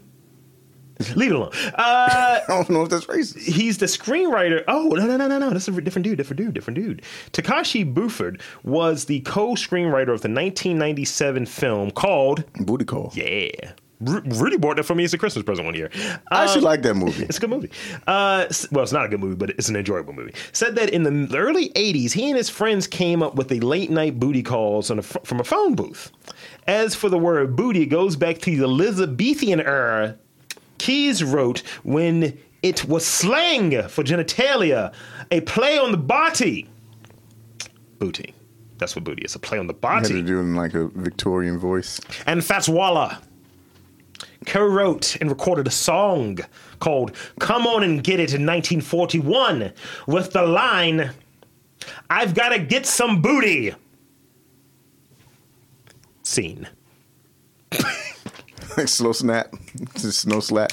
S1: Leave it alone. Uh,
S2: I don't know if that's racist.
S1: he's the screenwriter. Oh no no no no no! This is a different dude, different dude, different dude. Takashi Buford was the co-screenwriter of the 1997 film called
S2: Booty call.
S1: Yeah. R- Rudy bought that for me as a Christmas present one year.
S2: I actually
S1: Um,
S2: like that movie.
S1: it's a good movie. Uh, s- well, it's not a good movie, but it's an enjoyable movie. Said that in the early 80s, he and his friends came up with the late night booty calls on a, ph- from a phone booth. As for the word booty, it goes back to the Elizabethan era. Keyes wrote when it was slang for genitalia, a play on the body. Booty. That's what booty is, a play on the
S2: had
S1: body
S2: to do it in like a Victorian voice.
S1: and Fatswala co-wrote and recorded a song called "Come On and Get It" in 1941 with the line, "I've got to get some booty." Scene.
S2: like slow snap, just snow slap.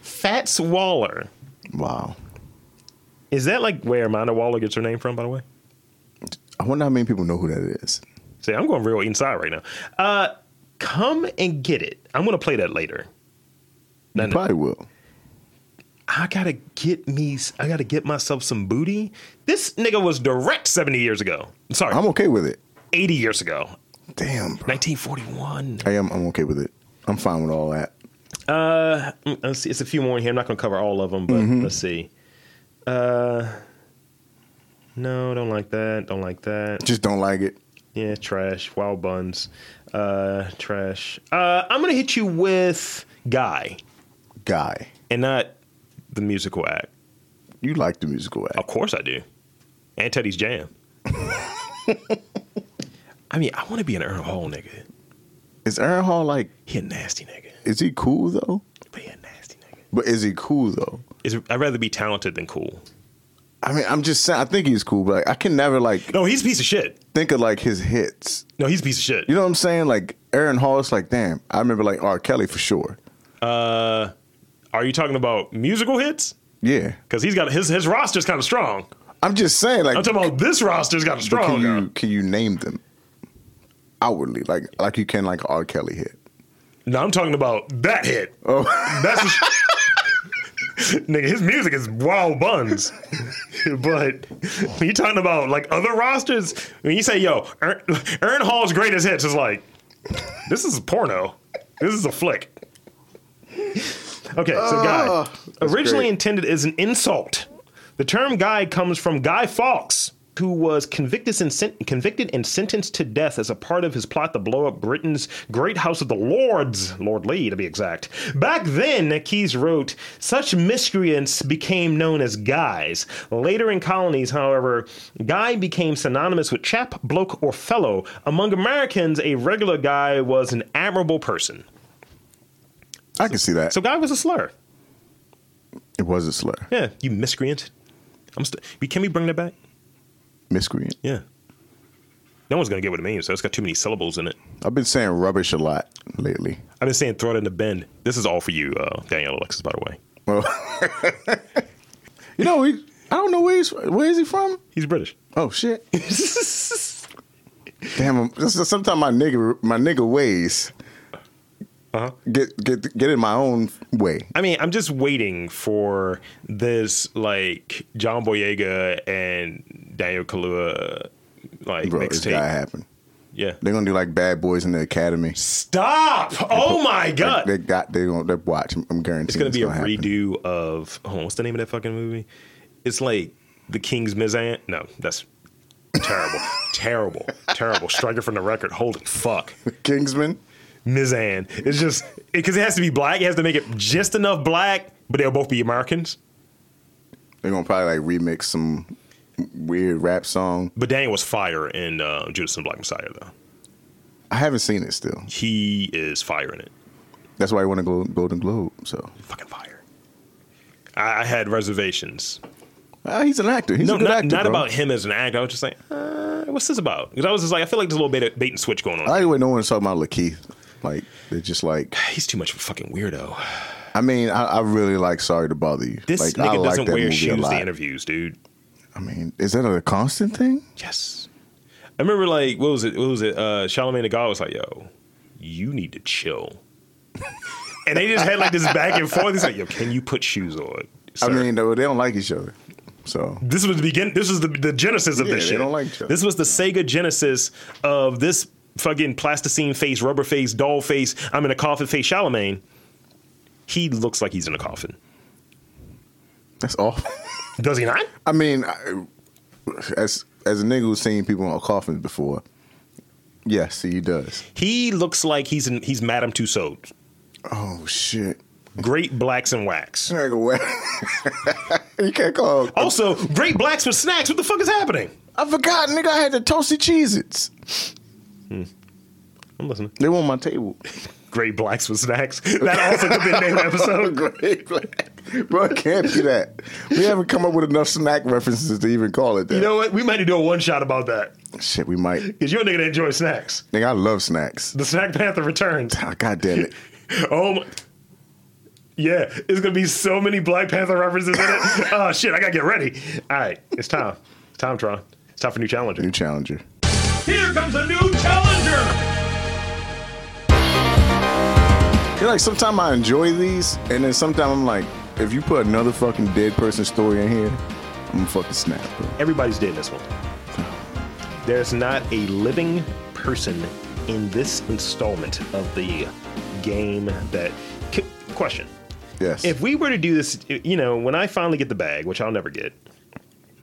S1: Fats Waller.
S2: Wow.
S1: Is that like where Amanda Waller gets her name from, by the way?
S2: I wonder how many people know who that is.
S1: See, I'm going real inside right now. Uh, come and get it. I'm going to play that later.
S2: You
S1: no.
S2: probably will.
S1: I gotta get me. I gotta get myself some booty. This nigga was direct seventy years ago. Sorry,
S2: I'm okay with it.
S1: eighty years ago,
S2: Damn, bro.
S1: nineteen forty one.
S2: I am. I'm okay with it. I'm fine with all that.
S1: Uh, mm, let's see. It's a few more in here. I'm not gonna cover all of them, but let's see. Uh, no, don't like that. Don't like that.
S2: Just don't like it.
S1: Yeah, trash. Wild buns. Uh, trash. Uh, I'm gonna hit you with guy
S2: Guy,
S1: and not the musical act.
S2: you like the musical act.
S1: Of course I do. And Teddy's Jam. I mean, I want to be an Earl Hall nigga.
S2: Is Aaron Hall like?
S1: He a nasty nigga.
S2: Is he cool though?
S1: But he a nasty nigga.
S2: But is he cool though?
S1: Is, I'd rather be talented than cool.
S2: I mean, I'm just saying. I think he's cool, but like, I can never like
S1: No, he's a piece of shit.
S2: think of like his hits.
S1: No, he's a piece of shit.
S2: You know what I'm saying? Like Aaron Hall, it's like damn. I remember like R. Kelly for sure.
S1: Are you talking about musical hits?
S2: Yeah,
S1: Because he's got his his roster's kind of strong.
S2: I'm just saying. Like
S1: I'm talking about this roster's kind of
S2: But
S1: strong.
S2: Can
S1: girl.
S2: you can you name them outwardly, like like you can like R. Kelly hit?
S1: No, I'm talking about that hit.
S2: Oh,
S1: That's nigga. His music is wild buns, but when you talking about like other rosters, when you say yo, Earn, Earn Hall's greatest hits is like, this is porno. This is a flick. Okay, so guy
S2: Oh, that's
S1: originally
S2: great.
S1: intended as an insult. The term "guy" comes from Guy Fawkes, who was convicted and, sen- convicted and sentenced to death as a part of his plot to blow up Britain's Great House of the Lords, Lord Lee to be exact. Back then, Keyes wrote, such miscreants became known as guys. Later in colonies, however, guy became synonymous with chap, bloke, or fellow. Among Americans, a regular guy was an admirable person.
S2: I can see that.
S1: So, guy was a slur.
S2: it was a slur,
S1: Yeah, you miscreant. I'm st- we- can we bring that back?
S2: miscreant.
S1: Yeah. No one's gonna get what it means. So it's got too many syllables in it.
S2: I've been saying rubbish a lot lately.
S1: I've been saying throw it in the bin. This is all for you, uh, Daniel Alexis, by the way.
S2: Well, you know, he, I don't know where he's where is he from.
S1: He's British.
S2: Oh shit! Damn, sometimes my nigga my nigga ways
S1: Uh-huh.
S2: get get get in my own way.
S1: I mean, I'm just waiting for this like John Boyega and Daniel Kalua like
S2: Bro, it's gotta
S1: mixtape.
S2: happen.
S1: Yeah.
S2: They're gonna do like Bad Boys in the Academy.
S1: Stop! Oh my god!
S2: They got they gonna they watch. I'm guaranteeing
S1: it's gonna be a
S2: happen.
S1: redo of hold on, what's the name of that fucking movie? It's like The King's Mizan. No, that's terrible, terrible, terrible. Striker from the record. Holy fuck,
S2: Kingsman.
S1: Mizan. It's just because it, has to be black. It has to make it just enough black, but they'll both be Americans.
S2: They're gonna probably like remix some weird rap song.
S1: But Daniel was fire in uh, Judas and the Black Messiah, though.
S2: I haven't seen it still.
S1: He is fire in it.
S2: That's why I want to go Golden Globe. So
S1: Fucking fire. I, I had reservations
S2: Ah, he's an actor. He's
S1: No,
S2: a good
S1: not,
S2: actor.
S1: not
S2: bro.
S1: about him as an actor. I was just like, uh, what's this about? Because I was just like, I feel like there's a little bit of bait and switch going on.
S2: I like when no one's talking about Lakeith. Like they're just like.
S1: He's too much of a fucking weirdo.
S2: I mean, I, I really like Sorry to Bother You.
S1: This
S2: like, I
S1: nigga
S2: like
S1: doesn't
S2: that
S1: wear
S2: movie a
S1: shoes
S2: lot.
S1: to interviews, dude.
S2: I mean, is that a constant thing?
S1: Yes. I remember like what was it? What was it? Uh Charlemagne the God was like, yo, you need to chill. and they just had like this back and forth. It's like, yo, can you put shoes on?
S2: I
S1: sir?
S2: mean, though, they don't like each other. So
S1: this was the begin. This was the, the genesis of
S2: Yeah,
S1: this
S2: they
S1: shit.
S2: don't like each other.
S1: This was the Sega genesis of this fucking plasticine face, rubber face, doll face. I'm in a coffin face. Charlemagne. He looks like he's in a coffin.
S2: that's all.
S1: Does he not?
S2: I mean, I, as as a nigga who's seen people in coffins before, yes, he does.
S1: He looks like he's in, he's Madame Tussauds.
S2: Oh shit!
S1: Great blacks and wax.
S2: Nigga, what? you can't call.
S1: Also, great blacks with snacks. What the fuck is happening?
S2: I forgot, nigga. I had the toasted Cheez-Its.
S1: I'm listening.
S2: They were on my table.
S1: Great blacks with snacks. That also could be the name of the episode.
S2: Great, bro. It can't be that. We haven't come up with enough snack references to even call it that.
S1: You know what? We might need to do a one shot about that
S2: Shit, we might.
S1: because you're a nigga that enjoys snacks.
S2: Nigga, I love snacks.
S1: The Snack Panther returns.
S2: Ah, God damn it.
S1: Oh my. Yeah, it's gonna be so many Black Panther references in it. oh shit, I gotta get ready. All right, it's time. It's time, Tron. It's time for new challenger.
S2: New challenger.
S1: Here comes a new challenger.
S2: You know, like sometimes I enjoy these, and then sometimes I'm like, if you put another fucking dead person story in here, I'm gonna fucking snap, bro.
S1: Everybody's dead in this one. There's not a living person in this installment of the game that. C- question:
S2: Yes.
S1: If we were to do this, you know, when I finally get the bag, which I'll never get,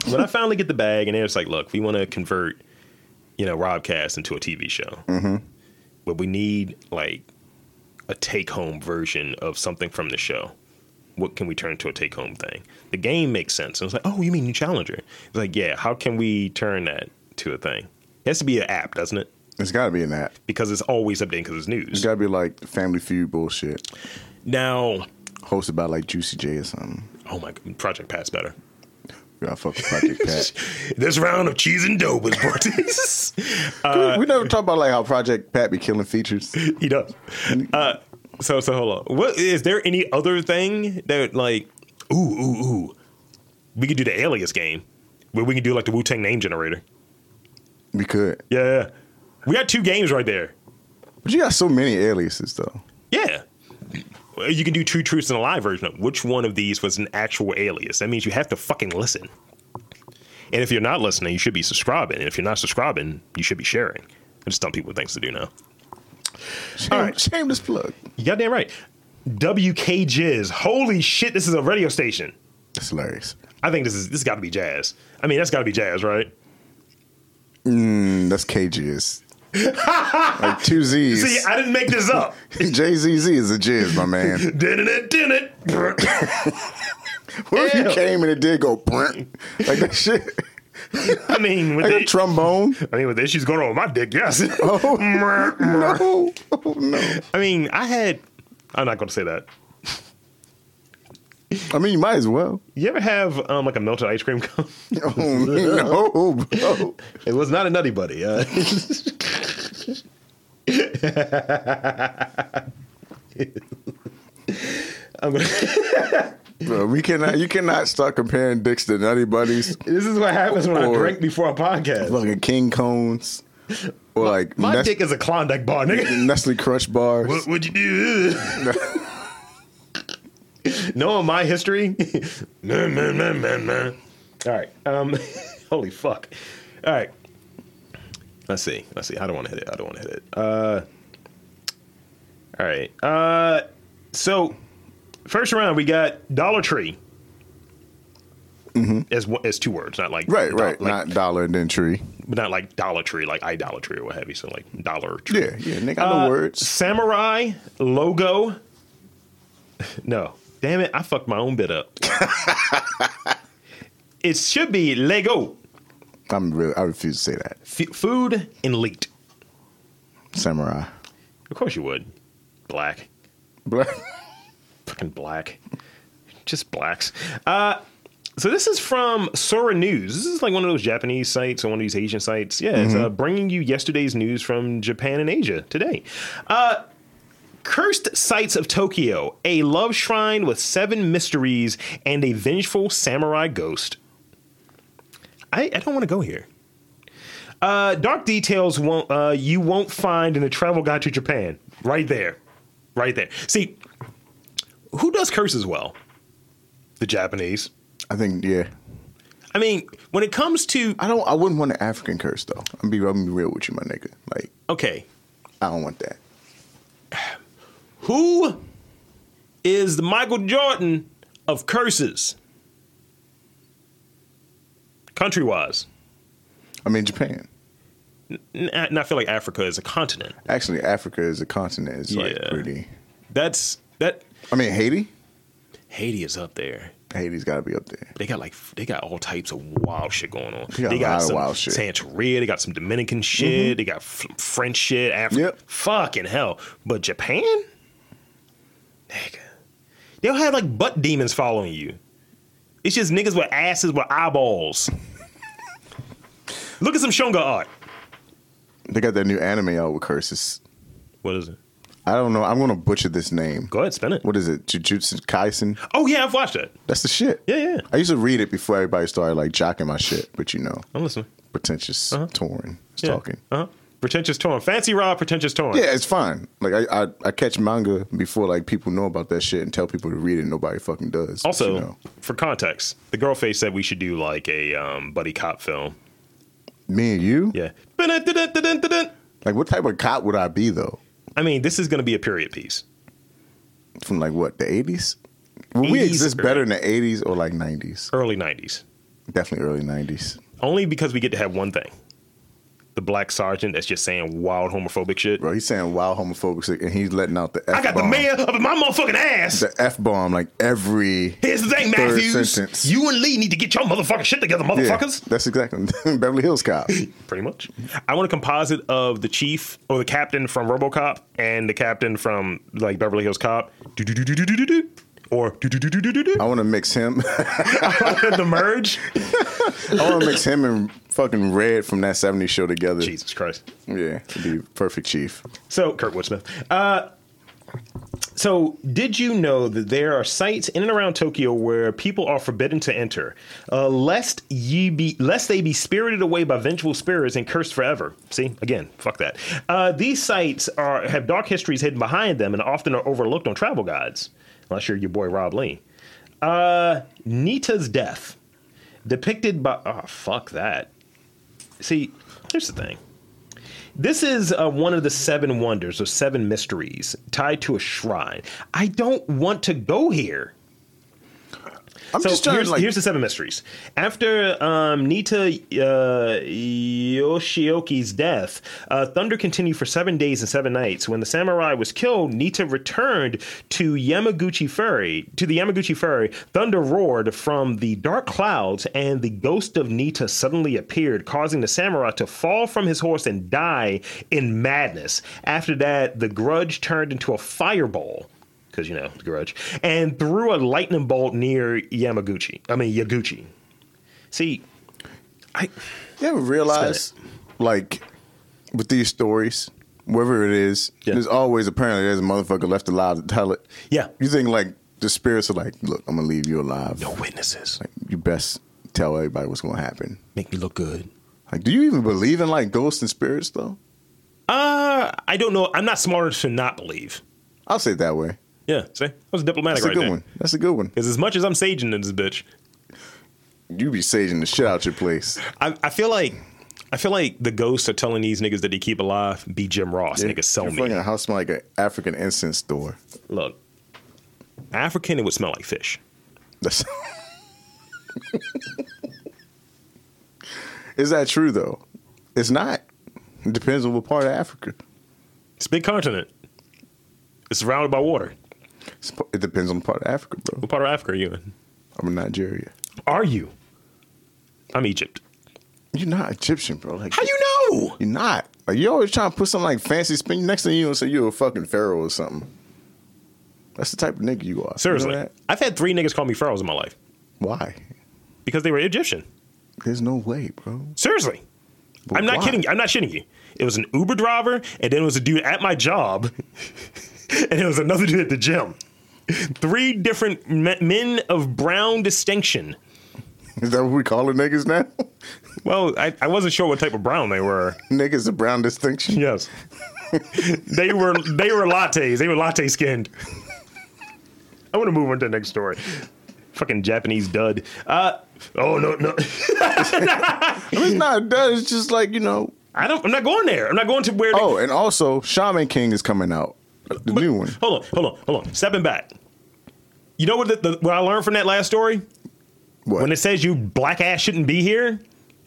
S1: when I finally get the bag, and it's like, look, we want to convert, you know, Robcast into a TV show, mm-hmm. but we need like a take-home version of something from the show. What can we turn into a take-home thing? The game makes sense. And it's like, oh, you mean New Challenger? It's like, yeah. How can we turn that to a thing? It has to be an app, doesn't it?
S2: it's gotta be an app.
S1: Because it's always updating because it's
S2: It's
S1: news.
S2: gotta be like Family Feud bullshit,
S1: Now,
S2: hosted by like Juicy J or something.
S1: oh my, God, Project Pat's better.
S2: Yeah, I fuck with Project Pat.
S1: This round of cheese and dough was brought to Uh,
S2: we never talk about like how Project Pat be killing features.
S1: he does. Uh, so so hold on. What is there any other thing that like? Ooh ooh ooh. We could do the Alias game, where we can do like the Wu Tang name generator.
S2: We could,
S1: Yeah, yeah. we got two games right there.
S2: but you got so many aliases though.
S1: Yeah. Well, You can do two truths and a lie version of which one of these was an actual alias. That means you have to fucking listen. And if you're not listening, you should be subscribing. And if you're not subscribing, you should be sharing. I just dump people things to do now.
S2: Shame,
S1: All right.
S2: Shameless plug.
S1: You goddamn right. WK Jizz. Holy shit, this is a radio station.
S2: That's hilarious.
S1: I think this is this got to be jazz. I mean, that's got to be jazz, right?
S2: Mm, that's KGS. like two Z's.
S1: See, I didn't make this up.
S2: JZZ is a jizz, my man.
S1: did it, did it.
S2: What if you
S1: Ew.
S2: came and it did go brrrt? like that shit?
S1: I mean, with
S2: Like a
S1: the,
S2: trombone?
S1: I mean, with the issues going on with my dick, yes.
S2: No. Oh, no.
S1: I mean, I had. I'm not going to say that.
S2: I mean, you might as well.
S1: You ever have um, like a melted ice cream cone?
S2: Oh, no, bro.
S1: it was not a nutty buddy. Uh, I'm gonna,
S2: bro. We cannot, you cannot start comparing dicks to Nutty Buddies,
S1: this is what happens when I
S2: Or-
S1: drink before a podcast.
S2: fucking King Cones, or like
S1: My
S2: Nes-
S1: dick is a Klondike bar, nigga.
S2: Nestle Crunch Bars.
S1: What would you do? Knowing my history, man, man, man, man, man. All right. Um, holy fuck. All right. Let's see. Let's see. I don't want to hit it. I don't want to hit it. Uh, all right. Uh, so first round we got Dollar Tree. As one- as two words, not like
S2: Mm-hmm. Right,
S1: do-
S2: right.
S1: like,
S2: Not Dollar and then Tree.
S1: but not like Dollar Tree, like idolatry or what have you. So like Dollar Tree.
S2: Yeah, yeah, nigga, I know
S1: Uh,
S2: words.
S1: Samurai logo. No, damn it! I fucked my own bit up. it should be Lego
S2: I'm really, I refuse to say that.
S1: F- food and leet.
S2: Samurai.
S1: Of course you would. Black,
S2: Black.
S1: fucking black, just blacks. Uh, so this is from Sora News. This is like one of those Japanese sites or one of these Asian sites. Yeah, it's uh, bringing you yesterday's news from Japan and Asia today. Uh, Cursed Sights of Tokyo, a love shrine with seven mysteries and a vengeful samurai ghost. I, I don't want to go here. Uh, dark details won't, uh, you won't find in a travel guide to Japan. Right there. Right there. See, Who does curses well? The Japanese.
S2: I think yeah.
S1: I mean, when it comes to
S2: I don't. I wouldn't want an African curse though. I'm be. I'm be real with you, my nigga. Like
S1: okay,
S2: I don't want that.
S1: who is the Michael Jordan of curses? Country wise,
S2: I mean Japan.
S1: and I feel like Africa is a continent.
S2: Actually, Africa is a continent. It's like
S1: Yeah.
S2: pretty.
S1: That's that.
S2: I mean Haiti.
S1: Haiti is up there.
S2: Haiti's got to be up there.
S1: They got like they got all types of wild shit going on.
S2: They got a lot of
S1: some
S2: wild shit. Mm-hmm.
S1: Santeria. They got some Dominican shit. They got f- French shit. Africa.
S2: Yep.
S1: Fucking hell. But Japan, nigga, they'll have like butt demons following you. It's just niggas with asses with eyeballs. Look at some shonga art.
S2: They got that new anime out with curses.
S1: What is it?
S2: I don't know. I'm gonna butcher this name.
S1: Go ahead, spin it.
S2: What is it? Jujutsu Kaisen.
S1: Oh yeah, I've watched that.
S2: That's the shit.
S1: Yeah, yeah.
S2: I used to read it before everybody started like jocking my shit, but you know,
S1: I'm listening.
S2: pretentious
S1: Uh-huh.
S2: touring,
S1: Yeah.
S2: stalking.
S1: Uh huh. Pretentious torn. Fancy Rob. Pretentious torn.
S2: Yeah, it's fine. Like I, I, I catch manga before like people know about that shit and tell people to read it. and Nobody fucking does. but
S1: Also,
S2: you know.
S1: for context, the girl face said we should do like a um, buddy cop film.
S2: me and you.
S1: Yeah. Ba-dun-dun-dun-dun-dun-dun.
S2: Like, what type of cop would I be though?
S1: I mean, this is going to be a period piece.
S2: From like what the eighties? Would we
S1: 80s
S2: exist
S1: or-
S2: better in the eighties or like nineties?
S1: Early 90s.
S2: Definitely early nineties,
S1: Only because we get to have one thing. The black sergeant that's just saying wild homophobic shit.
S2: bro. He's saying wild homophobic shit, and he's letting out the. F-bomb.
S1: I got the mayor up in my motherfucking ass.
S2: The f bomb like every.
S1: Here's the thing,
S2: third
S1: Matthews.
S2: sentence.
S1: You and Lee need to get your motherfucking shit together, motherfuckers.
S2: Yeah, that's exactly Beverly Hills Cop.
S1: Pretty much. I want a composite of the chief or the captain from RoboCop and the captain from like Beverly Hills Cop. Do-do-do-do-do-do-do. Or do-do-do-do-do-do-do.
S2: I want to mix him.
S1: the merge.
S2: I want to mix him and fucking Red from that '70s show together.
S1: Jesus Christ.
S2: Yeah, it'd be perfect, Chief.
S1: So Kurtwood Smith. Uh, so did you know that there are sites in and around Tokyo where people are forbidden to enter, uh, lest ye be lest they be spirited away by vengeful spirits and cursed forever? See again, fuck that. Uh, these sites are have dark histories hidden behind them and often are overlooked on travel guides, unless you're your boy Rob Lee. Uh, Nita's death, depicted by oh fuck that. See, here's the thing. This is uh, one of the seven wonders or seven mysteries tied to a shrine. I don't want to go here.
S2: I'm
S1: So
S2: just trying
S1: here's,
S2: to like.
S1: here's the seven mysteries. After um, Nita uh, Yoshioki's death, uh, thunder continued for seven days and seven nights. When the samurai was killed, Nita returned to Yamaguchi Ferry. To the Yamaguchi Ferry, thunder roared from the dark clouds, and the ghost of Nita suddenly appeared, causing the samurai to fall from his horse and die in madness. After that, the grudge turned into a fireball because you know the grudge, and threw a lightning bolt near Yamaguchi. I mean Yaguchi. See, I
S2: you ever realize, like, with these stories, wherever it is,
S1: Yeah.
S2: there's always apparently there's a motherfucker left alive to tell it.
S1: Yeah.
S2: You think like the spirits are like, look, I'm gonna leave you alive.
S1: no witnesses
S2: You best tell everybody what's gonna happen.
S1: make me look good.
S2: Like, do you even believe in like ghosts and spirits though?
S1: Uh, I don't know. I'm not smart enough to not believe.
S2: I'll say it that way.
S1: Yeah, see, I was diplomatic
S2: That's a
S1: right
S2: good
S1: there.
S2: one. That's a good one.
S1: Because as much as I'm saging in this bitch,
S2: You be saging the shit out your place.
S1: I, I feel like I feel like the ghosts are telling these niggas that they keep alive. Be Jim Ross, niggas nigga, sell
S2: Your
S1: me.
S2: Fucking house smell like an African incense store.
S1: Look, African, it would smell like fish.
S2: That's Is that true though? It's not. It depends on what part of Africa.
S1: It's a big continent. It's surrounded by water.
S2: It's p- It depends on the part of Africa, bro.
S1: What part of Africa are you in?
S2: I'm in Nigeria.
S1: Are you? I'm Egypt.
S2: You're not Egyptian, bro. Like
S1: How you know?
S2: you're not. Like you're always trying to put something like fancy spin. Next thing you gonna say you're a fucking pharaoh or something. That's the type of nigga you are. You know
S1: Seriously,
S2: that?
S1: I've had three niggas call me pharaohs in my life
S2: Why?
S1: because they were Egyptian.
S2: There's no way, bro.
S1: Seriously,
S2: But
S1: I'm not
S2: why?
S1: kidding. you. I'm not shitting you. It was an Uber driver, and then it was a dude at my job, and it was another dude at the gym. Three different me- men of brown distinction.
S2: Is that what we calling niggas now?
S1: Well, I, I wasn't sure what type of brown they were.
S2: niggas a brown distinction.
S1: Yes, they were they were lattes. They were latte skinned. I want to move on to the next story. Fucking Japanese dud. Uh, oh no, no.
S2: I mean, it's not done. It's just like you know.
S1: I don't. I'm not going there. I'm not going to where. They,
S2: Oh, and also Shaman King is coming out, the
S1: But-
S2: new one.
S1: Hold on, hold on, hold on. Stepping back. You know what? The, the, what I learned from that last story
S2: What?
S1: when it says you black ass shouldn't be here.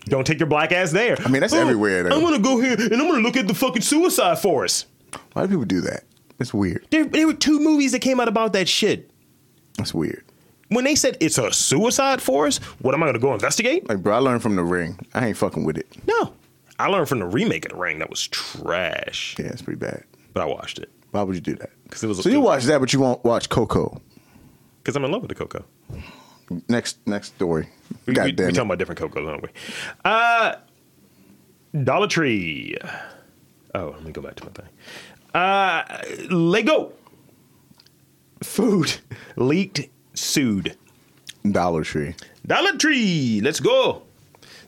S1: Don't take your black ass there. I
S2: mean, that's everywhere, though.
S1: I'm gonna go here and I'm gonna look at the fucking suicide forest.
S2: Why do people do that? It's weird.
S1: There, there were two movies that came out about that shit.
S2: That's weird.
S1: When they said it's a suicide forest, what am I gonna go investigate?
S2: Like, bro, I learned from The Ring. I ain't fucking with it.
S1: No, I learned from the remake of The Ring that was trash,
S2: Yeah, it's pretty bad.
S1: but I watched it
S2: Why would you do that?
S1: 'Cause it was a
S2: so you
S1: stupid-
S2: watch that, but you won't watch Coco.
S1: because I'm in love with the Coco.
S2: Next, next story.
S1: We, we,
S2: God
S1: we
S2: damn
S1: talking
S2: it.
S1: about different Cocos, aren't we? Uh, Dollar Tree. Oh, let me go back to my thing. Uh, Lego. Food leaked, sued.
S2: Dollar Tree.
S1: Dollar Tree. Let's go.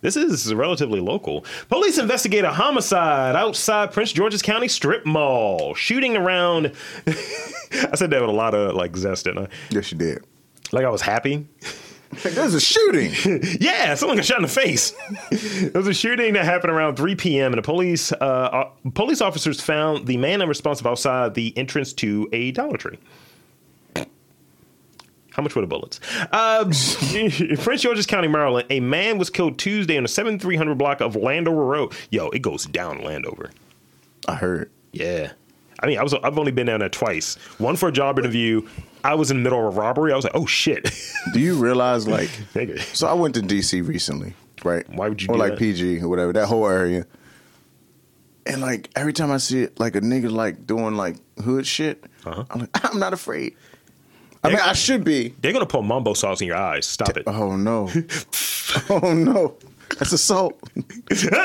S1: This is relatively local. Police investigate a homicide outside Prince George's County strip mall. Shooting around. I said that with a lot of like zest, didn't I?
S2: Yes, you did.
S1: Like I was happy.
S2: Like, there's a shooting.
S1: Yeah, someone got shot in the face. it was a shooting that happened around 3 p.m. and the police uh, uh, police officers found the man unresponsive outside the entrance to a Dollar Tree. How much were the bullets? Uh, in Prince George's County, Maryland, a man was killed Tuesday on the 7300 block of Landover Road. Yo, it goes down Landover.
S2: I heard.
S1: Yeah. I mean, I was I've only been down there twice. One for a job interview. I was in the middle of a robbery. I was like, oh shit.
S2: Do you realize, like,
S1: Nigga.
S2: so I went to DC recently, right?
S1: Why would you
S2: Or
S1: do
S2: like
S1: that?
S2: PG or whatever, that whole area. And like every time I see it, like a nigga like doing like hood shit,
S1: Uh-huh.
S2: I'm like, I'm not afraid. I
S1: They-
S2: mean, I should be.
S1: They're gonna put mumbo sauce in your eyes. Stop it.
S2: Oh no. oh no. That's assault.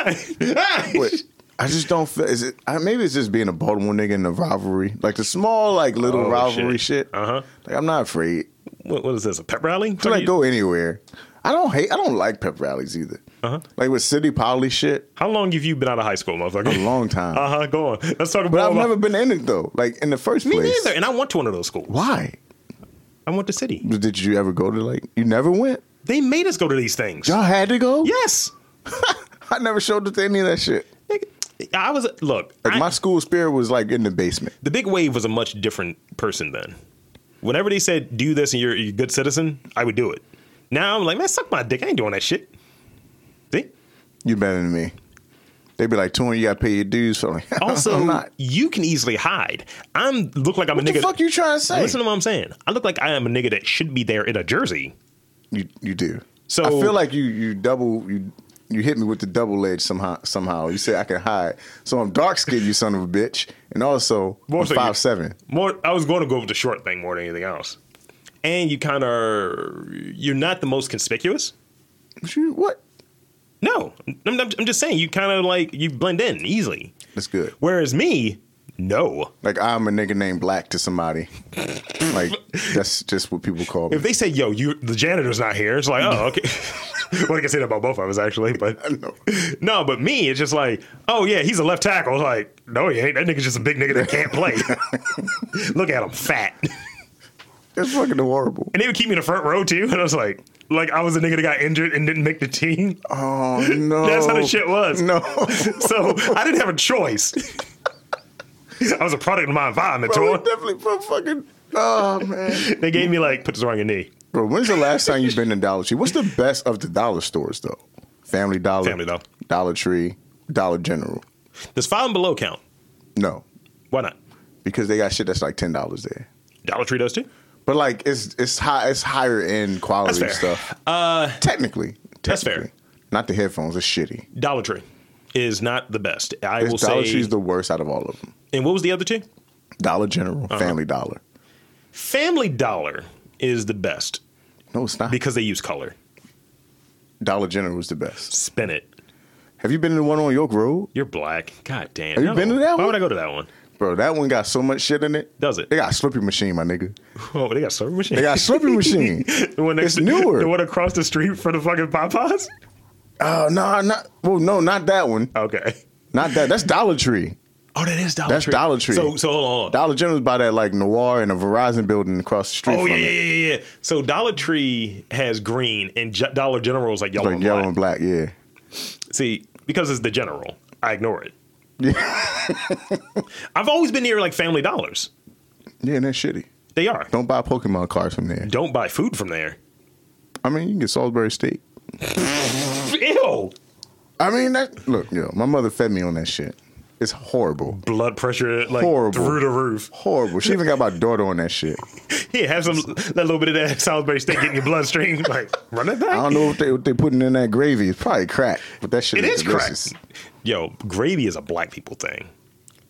S2: But I just don't feel. Is it? I, maybe it's just being a Baltimore nigga in the rivalry, like the small, like little
S1: Oh,
S2: rivalry
S1: shit.
S2: shit.
S1: Uh-huh.
S2: Like I'm not afraid.
S1: what, what is this? A pep rally?
S2: to like go anywhere. I don't hate. I don't like pep rallies either.
S1: Uh-huh.
S2: Like with city poly shit,
S1: How long have you been out of high school, motherfucker?
S2: a long time.
S1: Uh huh. Go on. Let's talk about.
S2: but I've
S1: all
S2: never
S1: about-
S2: been in it though. Like in the first
S1: Me
S2: place.
S1: neither. And I went to one of those schools.
S2: Why
S1: I went to City.
S2: did you ever go to like? You never went.
S1: They made us go to these things.
S2: Y'all had to go.
S1: Yes.
S2: I never showed up to any of that shit.
S1: Nigga, I was look.
S2: Like
S1: I-
S2: my school spirit was like in the basement.
S1: the big wave was a much different person then. Whenever they said do this and you're, you're a good citizen, I would do it. Now I'm like, man, suck my dick. I ain't doing that shit. See.
S2: You better than me. They'd be like, "Tony, you got to pay your dues." So I'm like,
S1: Also,
S2: I'm not.
S1: you can easily hide. I'm look like I'm
S2: What
S1: a nigga.
S2: the fuck you trying to say?
S1: Listen to what I'm saying. I look like I am a nigga that should be there in a jersey.
S2: You you do.
S1: So-
S2: I feel like you you double you you hit me with the double edge somehow somehow. You say I can hide. So I'm dark skinned, you son of a bitch. And also
S1: More
S2: I'm
S1: so you-
S2: five seven.
S1: More, I was going to go with the short thing more than anything else. And you kind of you're not the most conspicuous.
S2: What you what?
S1: No, I'm, I'm, I'm just saying you kind of like you blend in easily.
S2: That's good.
S1: Whereas me, no.
S2: Like I'm a nigga named Black to somebody. like that's just what people call me.
S1: If they say, "Yo, you the janitor's not here," it's like, oh, okay. well, I can say that about both of us actually, but
S2: know.
S1: no, but me, it's just like, oh yeah, he's a left tackle. It's Like, no, he ain't. That nigga's just a big nigga that can't play. Look at him, fat.
S2: It's fucking horrible.
S1: and they would keep me in the front row too. And I was like, like I was a nigga that got injured and didn't make the team.
S2: Oh no.
S1: That's how the shit was.
S2: No.
S1: So I didn't have a choice. I was a product of my environment,
S2: Bro, we
S1: Tor.
S2: definitely put fucking Oh man.
S1: They gave me like, put this around your knee.
S2: Bro, when's the last time you've been to Dollar Tree? What's the best of the dollar stores though? Family Dollar,
S1: Family Dollar.
S2: Dollar Tree, Dollar General.
S1: Does five and below count?
S2: No,
S1: Why not?
S2: because they got shit that's like ten dollars there.
S1: Dollar Tree does too.
S2: But like it's it's high it's higher end quality
S1: That's fair. Uh,
S2: stuff. technically,
S1: that's fair.
S2: technically. Not the headphones. It's shitty.
S1: Dollar Tree is not the best. I will
S2: It's Dollar
S1: say.
S2: Tree's the worst out of all of them.
S1: and what was the other two?
S2: Dollar General,
S1: Uh-huh.
S2: Family Dollar.
S1: Family Dollar is the best
S2: No, it's not.
S1: because they use color.
S2: Dollar General is the best.
S1: Spin it.
S2: Have you been to the one on York Road,
S1: You're black. God damn.
S2: Have you been to that
S1: Why
S2: one?
S1: would I go to that one?
S2: bro? That one got so much shit in it.
S1: Does it?
S2: They got a slippy machine, my nigga.
S1: Oh, they got serving machine.
S2: They got a slippy machine.
S1: The one next
S2: It's
S1: to,
S2: newer.
S1: The one across the street from the fucking Popeyes?
S2: Oh no, Uh, not well. No, not that one.
S1: Okay.
S2: Not that. That's Dollar Tree.
S1: Oh, that is Dollar
S2: That's
S1: Tree.
S2: Dollar Tree.
S1: So, so hold on. Hold on.
S2: Dollar General's by that like Noir and a Verizon building across the street.
S1: Oh
S2: from
S1: yeah,
S2: it.
S1: yeah, yeah, yeah. So Dollar Tree has green, and J- Dollar General is like yellow.
S2: like
S1: and
S2: yellow
S1: black.
S2: and black. Yeah,
S1: See, because it's the general, I ignore it. I've always been near like Family Dollars.
S2: yeah, and that's shitty.
S1: They are. Don't,
S2: Don't buy Pokemon cards from there.
S1: buy food from there.
S2: I mean, you can get Salisbury steak.
S1: Ew.
S2: I mean, that look, yo, my mother fed me on that shit. It's horrible,
S1: Blood pressure like
S2: Horrible.
S1: through the roof.
S2: horrible. She even got my daughter on that shit.
S1: Yeah, have some that little bit of that Salisbury steak in your bloodstream. Like run it back.
S2: I don't know what they what they putting in that gravy. It's probably crack, but that shit
S1: It is crack.
S2: delicious.
S1: Yo, gravy is a black people thing.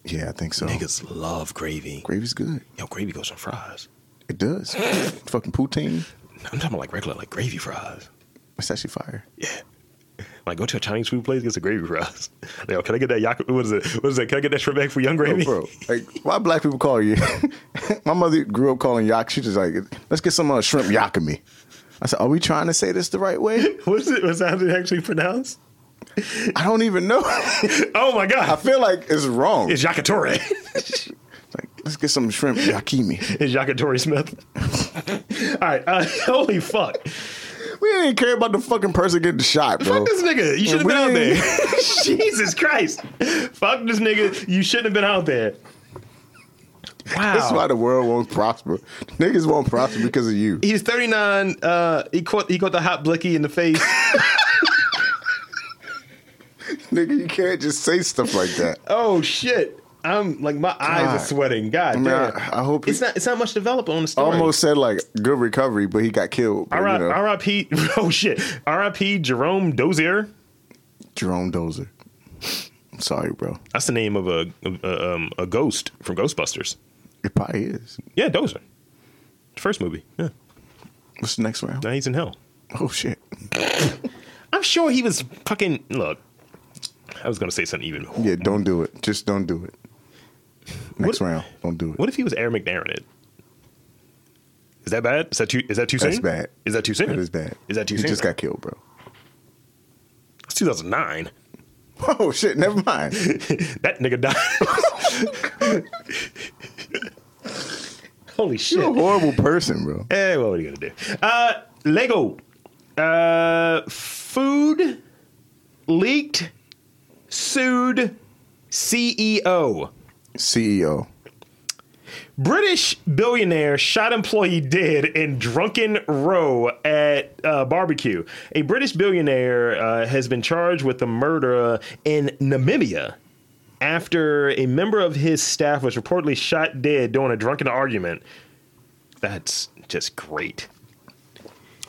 S2: Yeah, I think so.
S1: Niggas love gravy.
S2: Gravy's good.
S1: Yo, gravy goes on fries.
S2: It does. Fucking poutine.
S1: I'm talking about like regular like gravy fries.
S2: It's actually fire.
S1: Yeah. Like go to a Chinese food place, get some gravy fries. Like, Yo, can I get that yak? What is it? What is it? Can I get that shrimp egg for young
S2: Yo,
S1: gravy?
S2: bro, like why black people call you? my mother grew up calling yak. She just like, let's get some uh, shrimp yakami. I said, are we trying to say this the right way?
S1: What's it? What's that actually pronounced?
S2: I don't even know.
S1: Oh my
S2: I
S1: god!
S2: feel like it's wrong.
S1: It's yakitori.
S2: like, let's get some shrimp yakimi.
S1: it's yakitori Smith. All right. Uh, holy fuck!
S2: We didn't care about the fucking person getting shot, bro.
S1: Fuck this nigga. You should have been out there. Jesus Christ! Fuck this nigga. You shouldn't have been out there. Wow.
S2: This is why the world won't prosper. Niggas won't prosper because of you.
S1: He's 39. Uh, he caught he caught the hot blicky in the face.
S2: Nigga, you can't just say stuff like that.
S1: oh shit! I'm like my eyes are
S2: God.
S1: sweating. God
S2: mean,
S1: damn.
S2: I- I hope
S1: it's
S2: he-
S1: not. It's not much developed on the story.
S2: Almost said like good recovery, but he got killed. But,
S1: R.I-
S2: you know,
S1: R.I.P. Oh shit. R.I.P. Jerome Dozier.
S2: Jerome Dozer. I'm sorry, bro.
S1: That's the name of a a, um, a ghost from Ghostbusters.
S2: It probably is.
S1: Yeah, Dozer. The first movie. Yeah.
S2: What's the next round?
S1: Now he's in hell.
S2: Oh shit.
S1: I'm sure he was fucking. Look, I was gonna say something even.
S2: Yeah, don't do it. Just don't do it. Next
S1: What-
S2: round, don't do it.
S1: What if he was Air McNair in it? Is that bad? Is that too? Is that too soon?
S2: That's bad.
S1: Is that too soon?
S2: That is bad.
S1: Is that too
S2: He
S1: soon?
S2: just got killed, bro.
S1: It's 2009.
S2: Oh shit. Never mind.
S1: that nigga died. Holy shit.
S2: You're a horrible person, bro.
S1: Eh, what are you gonna do? Uh, Lego. Uh, food leaked, sued E CEO.
S2: CEO.
S1: British billionaire shot employee dead in drunken row at uh, barbecue. A British billionaire uh, has been charged with the murder in Namibia after a member of his staff was reportedly shot dead during a drunken argument. That's just great.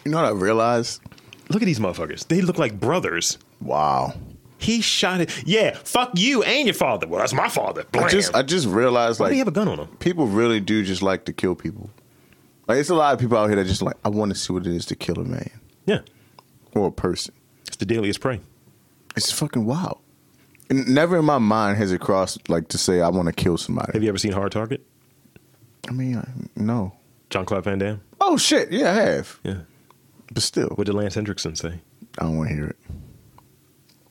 S2: You know what I realized?
S1: Look at these motherfuckers. They look like brothers.
S2: Wow.
S1: He shot it. Yeah, fuck you and your father. Well, that's my father. Blam.
S2: I just I just realized
S1: Why do
S2: like
S1: you have a gun on him?
S2: people really do just like to kill people. Like it's a lot of people out here that just like I want to see what it is to kill a man
S1: Yeah,
S2: or a person.
S1: it's the dailiest prey.
S2: It's fucking wild. And never in my mind has it crossed like to say I want to kill somebody.
S1: Have you ever seen Hard Target?
S2: I mean, I, no.
S1: John Claude Van Damme.
S2: Oh shit, yeah, I have.
S1: Yeah.
S2: But still,
S1: What did Lance Hendrickson say?
S2: I don't want to hear it.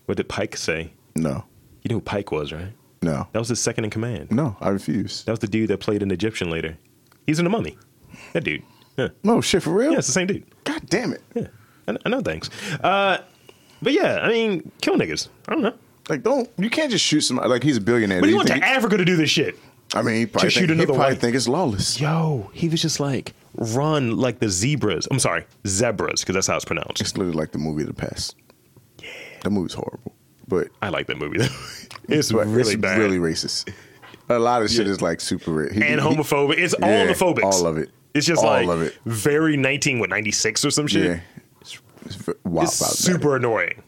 S1: What did Pike say?
S2: No,
S1: You know who Pike was, right?
S2: no,
S1: That was his second in command.
S2: no. I refuse.
S1: That was the dude that played an Egyptian later. He's in the mummy. That dude. Yeah.
S2: No shit for real.
S1: Yeah, it's the same dude.
S2: God damn it!
S1: Yeah. I, I know things. Uh, but yeah, I mean, kill niggas. I don't know.
S2: Like, don't you can't just shoot somebody. Like he's a billionaire.
S1: But
S2: Do
S1: he went
S2: think
S1: to Africa to do this shit.
S2: I mean, he probably,
S1: shoot
S2: think, he
S1: another
S2: probably
S1: white-
S2: think it's lawless.
S1: Yo, he was just like, run like the zebras. I'm sorry, zebras, because that's how it's pronounced.
S2: It's literally like the movie of the past. Yeah, the movie's horrible, but
S1: I like that movie, though. it's
S2: but
S1: really
S2: it's
S1: bad.
S2: really racist. A lot of shit
S1: Yeah.
S2: is like super ra- he-
S1: and
S2: he-
S1: homophobic. It's all
S2: Yeah,
S1: the phobics.
S2: all of it.
S1: It's just
S2: All
S1: like
S2: of it.
S1: very 19 with 96 or some shit.
S2: Yeah, it's v- wild.
S1: It's
S2: about that.
S1: super annoying.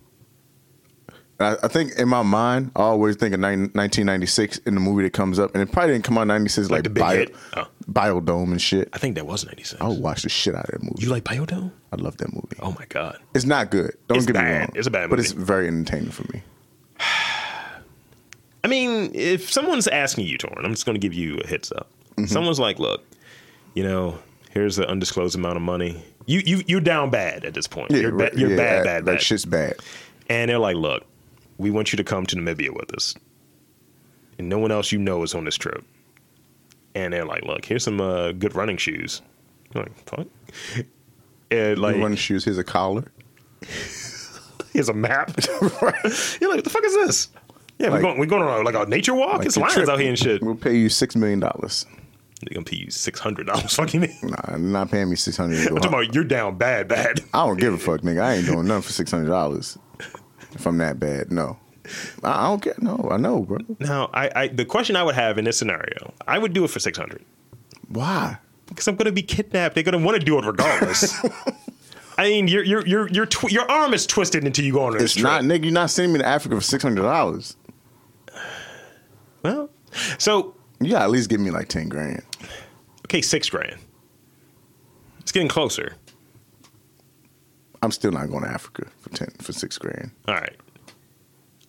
S2: I, I think in my mind, I always think of nine- 1996 in the movie that comes up, and it probably didn't come out in 96
S1: Like
S2: like,
S1: the big
S2: Bio,
S1: hit? Oh.
S2: Biodome and shit.
S1: I think that was 96.
S2: I would watch the shit out of that movie.
S1: You like Biodome?
S2: I love that movie.
S1: Oh my god.
S2: It's not good. Don't
S1: It's
S2: get me
S1: bad.
S2: wrong.
S1: It's a bad
S2: But
S1: movie.
S2: it's very entertaining for me.
S1: I mean, if someone's asking you, Torn, I'm just going to give you a heads up. Someone's like, "Look, you know, here's the undisclosed amount of money. You you you're down bad at this point. you're ba-
S2: right.
S1: you're
S2: Yeah,
S1: bad,
S2: that-
S1: bad,
S2: That
S1: bad.
S2: shit's bad.
S1: And they're like, "Look, we want you to come to Namibia with us." and no one else you know is on this trip. And they're like, "Look, here's some uh, good running shoes." I'm like, fuck. And like,
S2: Like, running shoes. Here's a collar.
S1: here's a map. You're like, "What the fuck is this?" Yeah,
S2: Like-
S1: we're going, we're going on a, like a nature walk.
S2: Like
S1: it's
S2: your
S1: lions
S2: trip.
S1: out here and shit.
S2: We'll pay you six million dollars.
S1: They're gonna pay you six hundred dollars. Fucking. I'm
S2: Nah, you're not paying me six hundred.
S1: talking about you're down bad, bad.
S2: I don't give a fuck, nigga. I ain't doing nothing for six hundred dollars. If I'm that bad, no. I I don't get no. I know, bro.
S1: Now, I, I the question I would have in this scenario, I would do it for six hundred
S2: Why?
S1: because I'm going to be kidnapped. They're going to want to do it regardless. I mean, your your your your tw- your arm is twisted until you go on this
S2: It's
S1: trip.
S2: not, nigga. You're not sending me to Africa for six hundred dollars.
S1: well, so
S2: You gotta at least give me like ten grand.
S1: okay, six grand. It's getting closer.
S2: I'm still not going to Africa for ten for six grand.
S1: All right,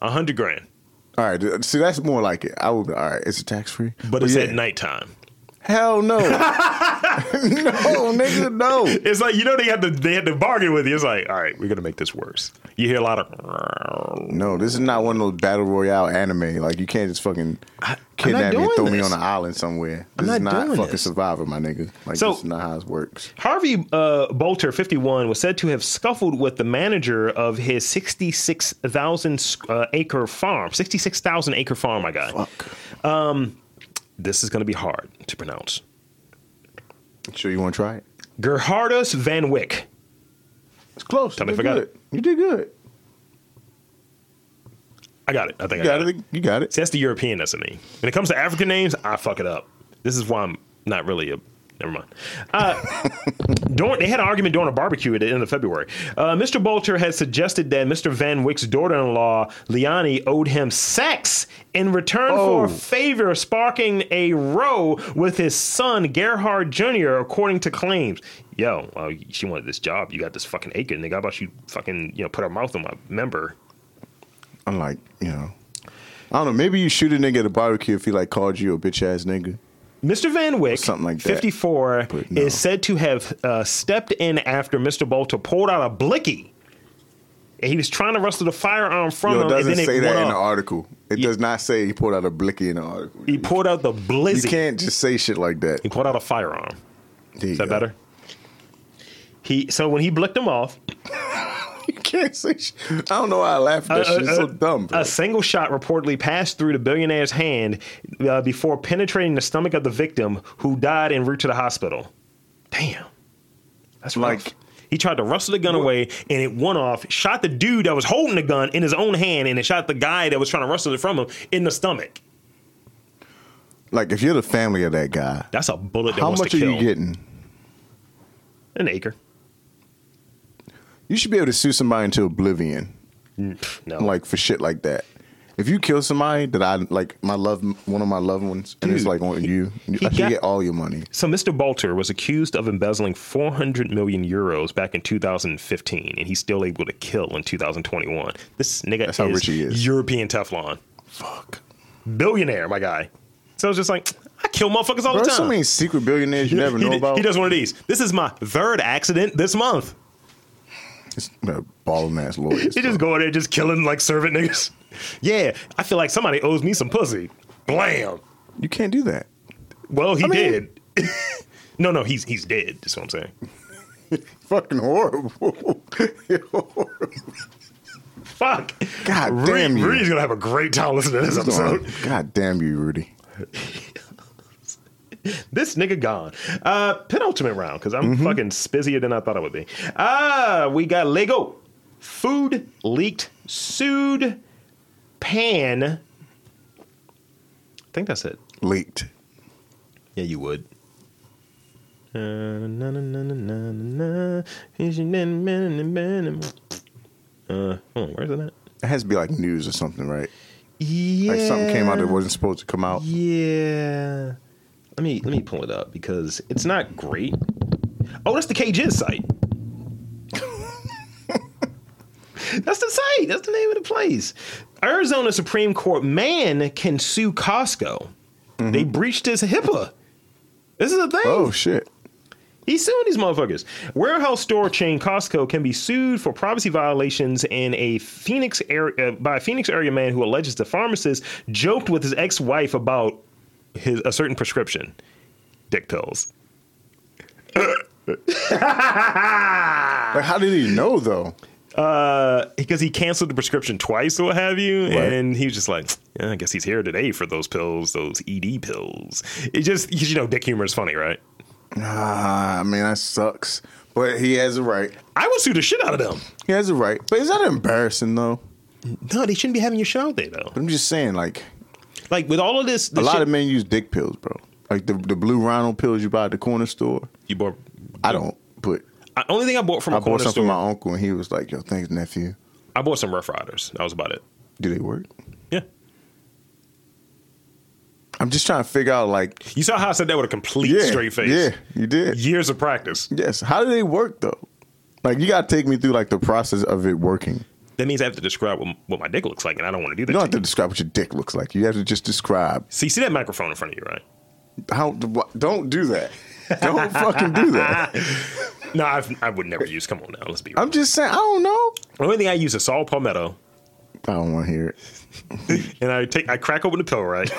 S1: a hundred grand,
S2: All right, th- see that's more like it. I would be all right. It's a tax free,
S1: but it's at nighttime.
S2: Hell no, no, nigga, no.
S1: It's like you know they had to they had to bargain with you. It's like all right, we're going to make this worse. You hear a lot of.
S2: No, this is not one of those battle royale anime. Like you can't just fucking kidnap me and
S1: doing
S2: throw me
S1: this.
S2: on an island somewhere. This
S1: not
S2: is not
S1: doing
S2: fucking
S1: this.
S2: Survivor, my nigga. Like
S1: So-
S2: this is not how it works.
S1: Harvey uh, Bolter, 51, was said to have scuffled with the manager of his 66,000 sc- uh, acre farm. 66,000 acre farm, my guy.
S2: Fuck.
S1: This is going to be hard to pronounce.
S2: Sure, you want to try it?
S1: Gerhardus Van Wyck.
S2: It's close.
S1: Tell me
S2: you did
S1: if I got
S2: good. You did good.
S1: I got it. I think
S2: You
S1: I got
S2: got
S1: it.
S2: it. You got it.
S1: See, that's the Europeanness of me. E. When it comes to African names, I fuck it up. This is why I'm not really a. Never mind. Uh, during, they had an argument during a barbecue at the end of February. Uh, Mr. Bolter had suggested that Mr. Van Wyck's daughter-in-law Liani owed him sex in return for
S2: Oh.
S1: a favor, sparking a row with his son Gerhard Jr. According to claims, yo, well, she wanted this job. You got this fucking acre, nigga. How about you fucking you know put her mouth on my member?
S2: I'm like, you know, I don't know. Maybe you shoot a nigga at a barbecue if he like called you a bitch ass nigga.
S1: Mr. Van Wyck,
S2: Something like that.
S1: 54,
S2: But no.
S1: is said to have uh, stepped in after Mr. Bolter pulled out a blicky. And he was trying to wrestle the firearm from
S2: Yo, it
S1: him, and
S2: doesn't
S1: then it
S2: say that
S1: went
S2: in
S1: up.
S2: the article. It does not say he pulled out a blicky in the article.
S1: he pulled out the
S2: You
S1: blizzy.
S2: can't just say shit like that.
S1: He pulled out a firearm.
S2: There you
S1: Is that
S2: go.
S1: better? He so when he blicked him off,
S2: You can't say shit. I don't know why I laugh at that
S1: a-
S2: shit. It's so dumb. Bro.
S1: a single shot reportedly passed through the billionaire's hand uh, before penetrating the stomach of the victim, who died en route to the hospital. Damn, that's like
S2: Like-
S1: he tried to wrestle the gun away, and it went off. Shot the dude that was holding the gun in his own hand, and it shot the guy that was trying to wrestle it from him in the stomach.
S2: like, if you're the family of that guy,
S1: That's a bullet that
S2: how
S1: wants
S2: much
S1: to
S2: are
S1: kill.
S2: you getting?
S1: An acre.
S2: You should be able to sue somebody into oblivion,
S1: Mm, No,
S2: like for shit like that. If you kill somebody that I like, my love, one of my loved ones, and it's
S1: Dude,
S2: like on you, I should
S1: got-
S2: get all your money.
S1: So Mr. Bolter was accused of embezzling 400 million euros back in 2015, and he's still able to kill in 2021. This nigga
S2: That's
S1: is,
S2: how rich he is.
S1: European Teflon,
S2: Fuck.
S1: billionaire, my guy. So it's just like I kill motherfuckers all the
S2: Bro, there's
S1: time.
S2: so many secret billionaires you never
S1: he,
S2: know
S1: he
S2: about.
S1: does one of these. This is my third accident this month.
S2: It's uh, balling ass lawyers.
S1: He just go in there just killing like servant niggas. Yeah, I feel like somebody owes me some pussy. Blam.
S2: you can't do that.
S1: Well, he
S2: I mean-
S1: did. no, no, he's he's dead. That's what I'm saying.
S2: Fucking horrible.
S1: Fuck.
S2: God
S1: Reed,
S2: damn you.
S1: Reed's gonna have a great time listening to this episode.
S2: God damn you, Rudy.
S1: This nigga gone. Uh, penultimate round because I'm
S2: Mm-hmm.
S1: fucking spizzier than I thought I would be. Ah, we got Lego. Food leaked. Sued. Pan. I think that's it.
S2: Leaked.
S1: Yeah, you would. Uh, hold on, where's it at?
S2: It has to be like news or something, right?
S1: Yeah.
S2: Like something came out that wasn't supposed to come out.
S1: Yeah. Let me let me pull it up because it's not great. Oh, that's the KJiz site. that's the site. That's the name of the place. Arizona Supreme Court man can sue Mm-hmm. Costco. They breached his HIPAA. This is a thing.
S2: Oh shit.
S1: He's suing these motherfuckers. Warehouse store chain Costco can be sued for privacy violations in a Phoenix area uh, by a Phoenix area man who alleges the pharmacist joked with his ex-wife about his a certain prescription, dick pills.
S2: Like, how did he know though?
S1: Uh, because he canceled the prescription twice or what have you,
S2: Right.
S1: and he was just like, "Yeah, I guess he's here today for those pills, those ED pills. It just because you know dick humor is funny, right?
S2: Ah, I mean that sucks. But he has a right.
S1: I would sue the shit out of them.
S2: He has a right. But is that embarrassing though?
S1: No, they shouldn't be having your shit out there though.
S2: I'm just saying, like
S1: Like with all of this,
S2: a
S1: the
S2: lot
S1: shit-
S2: of men use dick pills, bro. Like the the blue rhino pills you buy at the corner store.
S1: you bought.
S2: I don't, but
S1: I, only thing I bought from a
S2: I bought
S1: corner
S2: some
S1: store.
S2: from my uncle, and he was like, "Yo, thanks, nephew.
S1: I bought some Rough Riders. That was about it.
S2: Do they work?"
S1: Yeah.
S2: I'm just trying to figure out, like,
S1: You saw how I said that with a complete
S2: yeah,
S1: straight face.
S2: yeah, you did.
S1: Years of practice.
S2: Yes. How do they work though? Like, you gotta take me through like the process of it working.
S1: That means I have to describe what, what my dick looks like, and I don't want to do that.
S2: You don't have
S1: to
S2: to
S1: you.
S2: describe what your dick looks like. You have to just describe
S1: So you see that microphone in front of you, right?
S2: how. wh- Don't do that. Don't fucking do that.
S1: No, I've, I would never use. Come on now, let's be. Real.
S2: I'm just saying. I don't know.
S1: The only thing I use is saw palmetto,
S2: I don't want to hear it.
S1: and I take I crack open the pill right,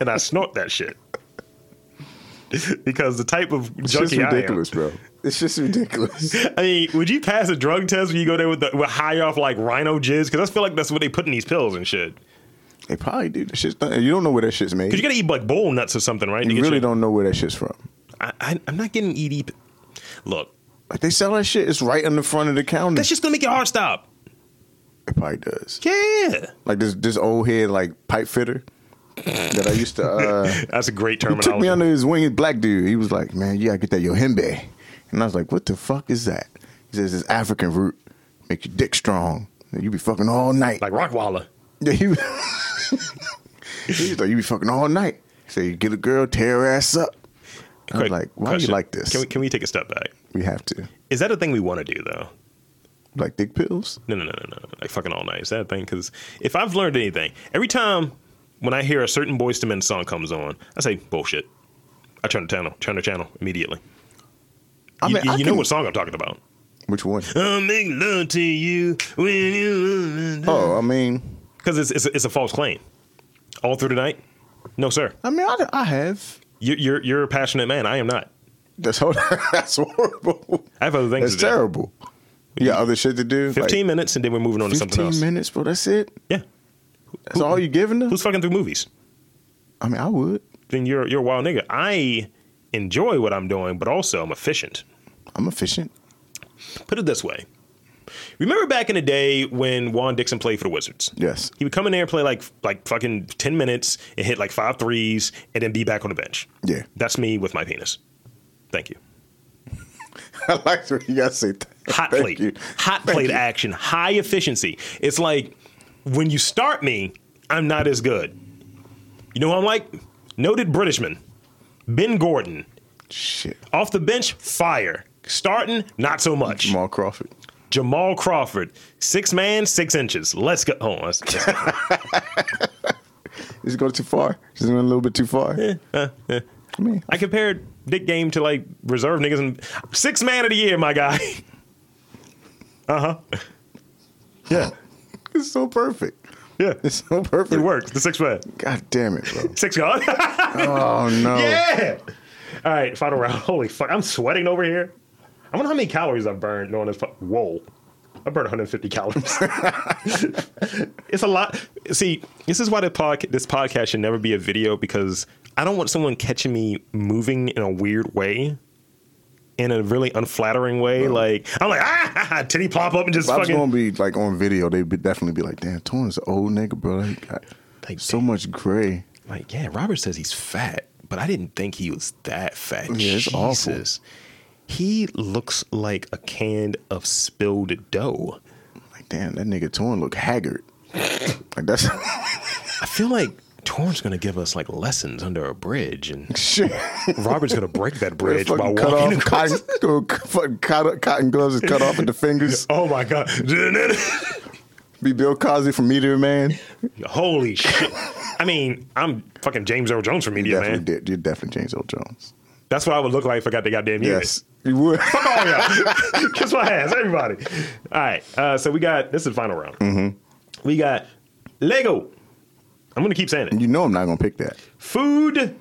S1: and I snort that shit because the type of
S2: It's just
S1: junkie I am.
S2: ridiculous, bro. It's just ridiculous.
S1: I mean, would you pass a drug test when you go there with the with high off like rhino jizz? Because I feel like that's what they put in these pills and shit.
S2: They probably do. That shit's done. You don't know where that shit's made.
S1: Because you gotta eat like bull nuts or something, right? to
S2: You
S1: get
S2: really
S1: your-
S2: don't know where that shit's from.
S1: I, I, I'm not getting ED. p- Look,
S2: Like they sell that shit. It's right on the front of the counter.
S1: that's just gonna make your heart stop.
S2: it probably does.
S1: Yeah,
S2: Like this this old head like pipe fitter that I used to. uh
S1: that's a great
S2: He took me
S1: terminology.
S2: under his wing. This black dude. He was like, "Man, you gotta get that yohimbe," and I was like, "What the fuck is that?" He says, "It's African root. Make your dick strong. You be fucking all night."
S1: like Rockwaller.
S2: Yeah, he was, he was like, "You be fucking all night." So you get a girl, tear her ass up. I was
S1: Quick
S2: like, "Why
S1: question.
S2: you like this?"
S1: Can we can we take a step back?
S2: we have to
S1: Is that a thing we want to do though?
S2: like dick pills.
S1: No, no, no, no, no. Like fucking all night. Is that a thing? Because if I've learned anything, every time when I hear a certain Boyz II Men song comes on, I say bullshit. I turn the channel. Turn the channel immediately.
S2: I
S1: You-
S2: mean,
S1: you
S2: I
S1: you
S2: can-
S1: know what song I'm talking about.
S2: Which one?
S1: I'll make love to you when you.
S2: Oh, I mean,
S1: Because it's, it's, it's a false claim. All through the night? No, sir.
S2: I mean, I, I have.
S1: You're, you're, you're a passionate man. I am not.
S2: That's hor- that's horrible.
S1: I have other things
S2: That's
S1: to do.
S2: terrible. You got other shit to do. Like,
S1: 15 minutes and then we're moving on to something
S2: 15
S1: else.
S2: minutes, bro. That's it.
S1: Yeah.
S2: That's all you giving them.
S1: Who's fucking through movies?
S2: I mean, I would.
S1: Then you're, you're a wild nigga. I enjoy what I'm doing, but also I'm efficient.
S2: I'm efficient.
S1: Put it this way. Remember back in the day when Juan Dixon played for the Wizards?
S2: Yes.
S1: He would come in there and play like like fucking 10 minutes and hit like five threes and then be back on the bench.
S2: Yeah.
S1: That's me with my penis. Thank you.
S2: I like what you guys say.
S1: hot
S2: Thank
S1: plate,
S2: you.
S1: hot
S2: Thank
S1: plate
S2: you.
S1: action, high efficiency. It's like when you start me, I'm not as good. You know who I'm like? Noted Britishman, Ben Gordon,
S2: Shit.
S1: off the bench, fire. Starting, not so much. Jamal,
S2: Jamal Crawford.
S1: Crawford, six man, six inches. Let's go. Oh, that's, that's-
S2: Is it going too far? Is it going a little bit too far? Yeah. I mean,
S1: I compared Dick Game to like reserve niggas and six man of the year, my guy.
S2: yeah. It's so perfect.
S1: Yeah,
S2: It's so perfect.
S1: it worked. The six man,
S2: God damn it, bro.
S1: six god.
S2: Oh, no.
S1: Yeah. All right, final round. Holy fuck, I'm sweating over here. I wonder how many calories I've burned on this. Fu- Whoa, I burned 150 calories. it's a lot. See, this is why the pod- this podcast should never be a video because I don't want someone catching me moving in a weird way. In a really unflattering way, like I'm like ah, titty plop up and just
S2: If I was
S1: fucking.
S2: going to be like on video, they'd be, definitely be like, damn, Torn's an old nigga, bro. Like, got
S1: Like,
S2: so much gray.
S1: Like, yeah, Robert says he's fat, but I didn't think he was that fat.
S2: Yeah, it's awful.
S1: Jesus. He looks like a can of spilled dough.
S2: Like, damn, that nigga Torn look haggard. like, that's
S1: I feel like Torn's gonna give us like lessons under a bridge, and
S2: shit.
S1: Robert's gonna break that bridge by
S2: Fucking cut
S1: walking.
S2: off cotton, fucking cotton, cotton gloves is cut off at the fingers.
S1: Oh my god!
S2: Be Bill Cosby from Meteor Man.
S1: Holy shit! I mean, I'm fucking James Earl Jones from
S2: You
S1: Media
S2: definitely
S1: Man.
S2: did. You definitely James Earl Jones.
S1: That's what I would look like if I got the goddamn unit.
S2: Yes, you would.
S1: Fuck all y'all. Oh, Kiss my ass, everybody. All right. Uh, so we got this is the final round. We got Lego. I'm gonna keep saying it.
S2: you know I'm not gonna pick that.
S1: Food,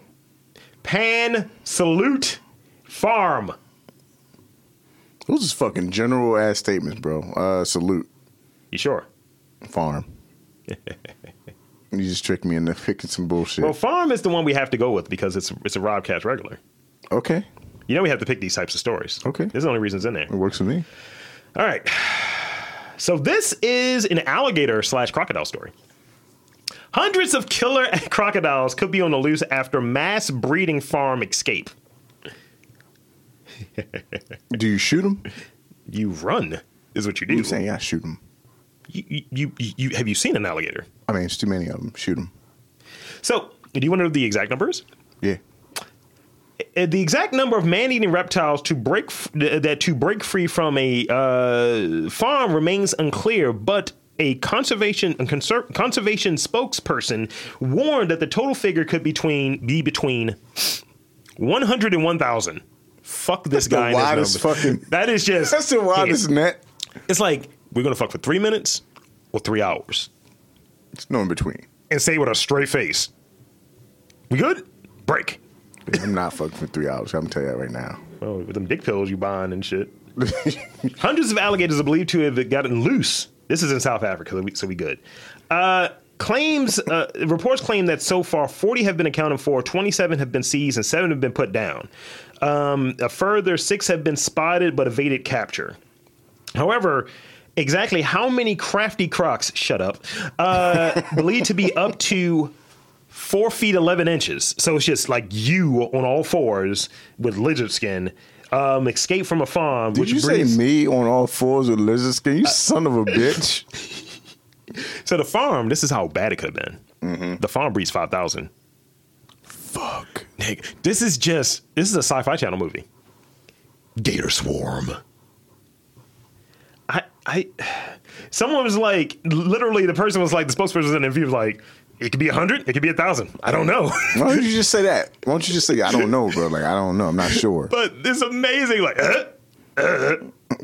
S1: pan, salute, farm.
S2: Those is fucking general ass statements, bro. Uh, salute
S1: You sure?
S2: farm. you just tricked me into picking some bullshit.
S1: Well, farm is the one we have to go with because it's it's a Rob Cash regular.
S2: okay,
S1: You know we have to pick these types of stories.
S2: Okay.
S1: This is the only reason it's in there.
S2: it works for me.
S1: All right. So this is an alligator slash crocodile story. Hundreds of killer crocodiles could be on the loose after mass breeding farm escape.
S2: Do you shoot them?
S1: You run is what you do.
S2: You saying yeah, shoot them?
S1: You, you, you, you- have you seen an alligator?
S2: I mean, it's too many of them. Shoot them.
S1: So do you want to know the exact numbers?
S2: Yeah.
S1: Uh, The exact number of man-eating reptiles to break f- th- uh, that to break free from a uh, farm remains unclear, but a conservation a conser- conservation spokesperson warned that the total figure could between be between one hundred and one thousand. Fuck this
S2: the
S1: guy. and his
S2: widest
S1: numbers.
S2: fucking-
S1: That is just.
S2: That's the wildest net.
S1: It's like we're gonna fuck for three minutes or three hours
S2: It's no in between.
S1: and say with a straight face. We good? Break.
S2: I'm not fucking for three hours. I'm telling you that right now.
S1: Well, Oh, with them dick pills you buying and shit. Hundreds of alligators are believed to have gotten loose. This is in South Africa, so we, so we good. Uh, claims uh, reports claim that so far 40 have been accounted for, 27 have been seized, and seven have been put down. Um, a further six have been spotted but evaded capture. However, exactly how many crafty crocs? Shut up. Uh, believed to be up to four feet eleven inches. So it's just like you on all fours with lizard skin. Um, escape from a farm,
S2: Did
S1: which
S2: you
S1: breeds-
S2: say me on all fours with lizard skin? You son of a bitch.
S1: So the farm, this is how bad it could have been. The farm breeds 5,000.
S2: Fuck.
S1: Nick, this is just, this is a sci fi channel movie. Gator Swarm. I, I, someone was like, literally, the person was like, the spokesperson was in the interview was like, it could be a 100, it could be a 1,000. I don't know.
S2: Why don't you just say that? Why don't you just say I don't know, bro? Like I don't know. I'm not sure.
S1: but it's amazing. Like, uh?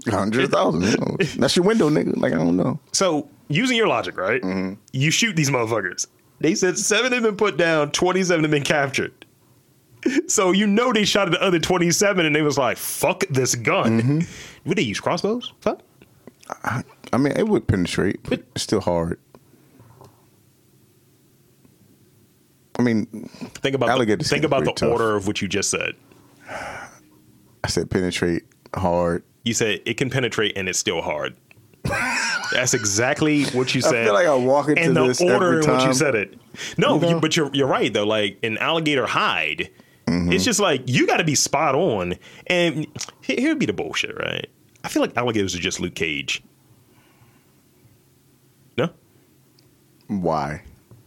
S2: Hundred thousand. you know. That's your window, nigga. Like I don't know.
S1: so using your logic, right?
S2: Mm-hmm.
S1: You shoot these motherfuckers. They said seven have been put down, 27 have been captured. So you know they shot at the other 27 and they was like, fuck this gun.
S2: Mm-hmm.
S1: Would they use crossbows? Fuck.
S2: I, I mean, it would penetrate, but it's still hard. I mean,
S1: Think about the,
S2: Alligators
S1: think
S2: are
S1: about the
S2: pretty tough.
S1: order of what you just said.
S2: I said penetrate hard.
S1: You said it can penetrate and it's still hard. That's exactly what you
S2: I
S1: said.
S2: feel like I walk into
S1: and the
S2: this
S1: order
S2: every
S1: in which you
S2: time.
S1: said it. No,
S2: You know?
S1: you, but you're you're right though. Like an alligator hide,
S2: Mm-hmm.
S1: it's just like you got to be spot on. And he- here'd be the bullshit, right? I feel like alligators are just Luke Cage. No,
S2: Why?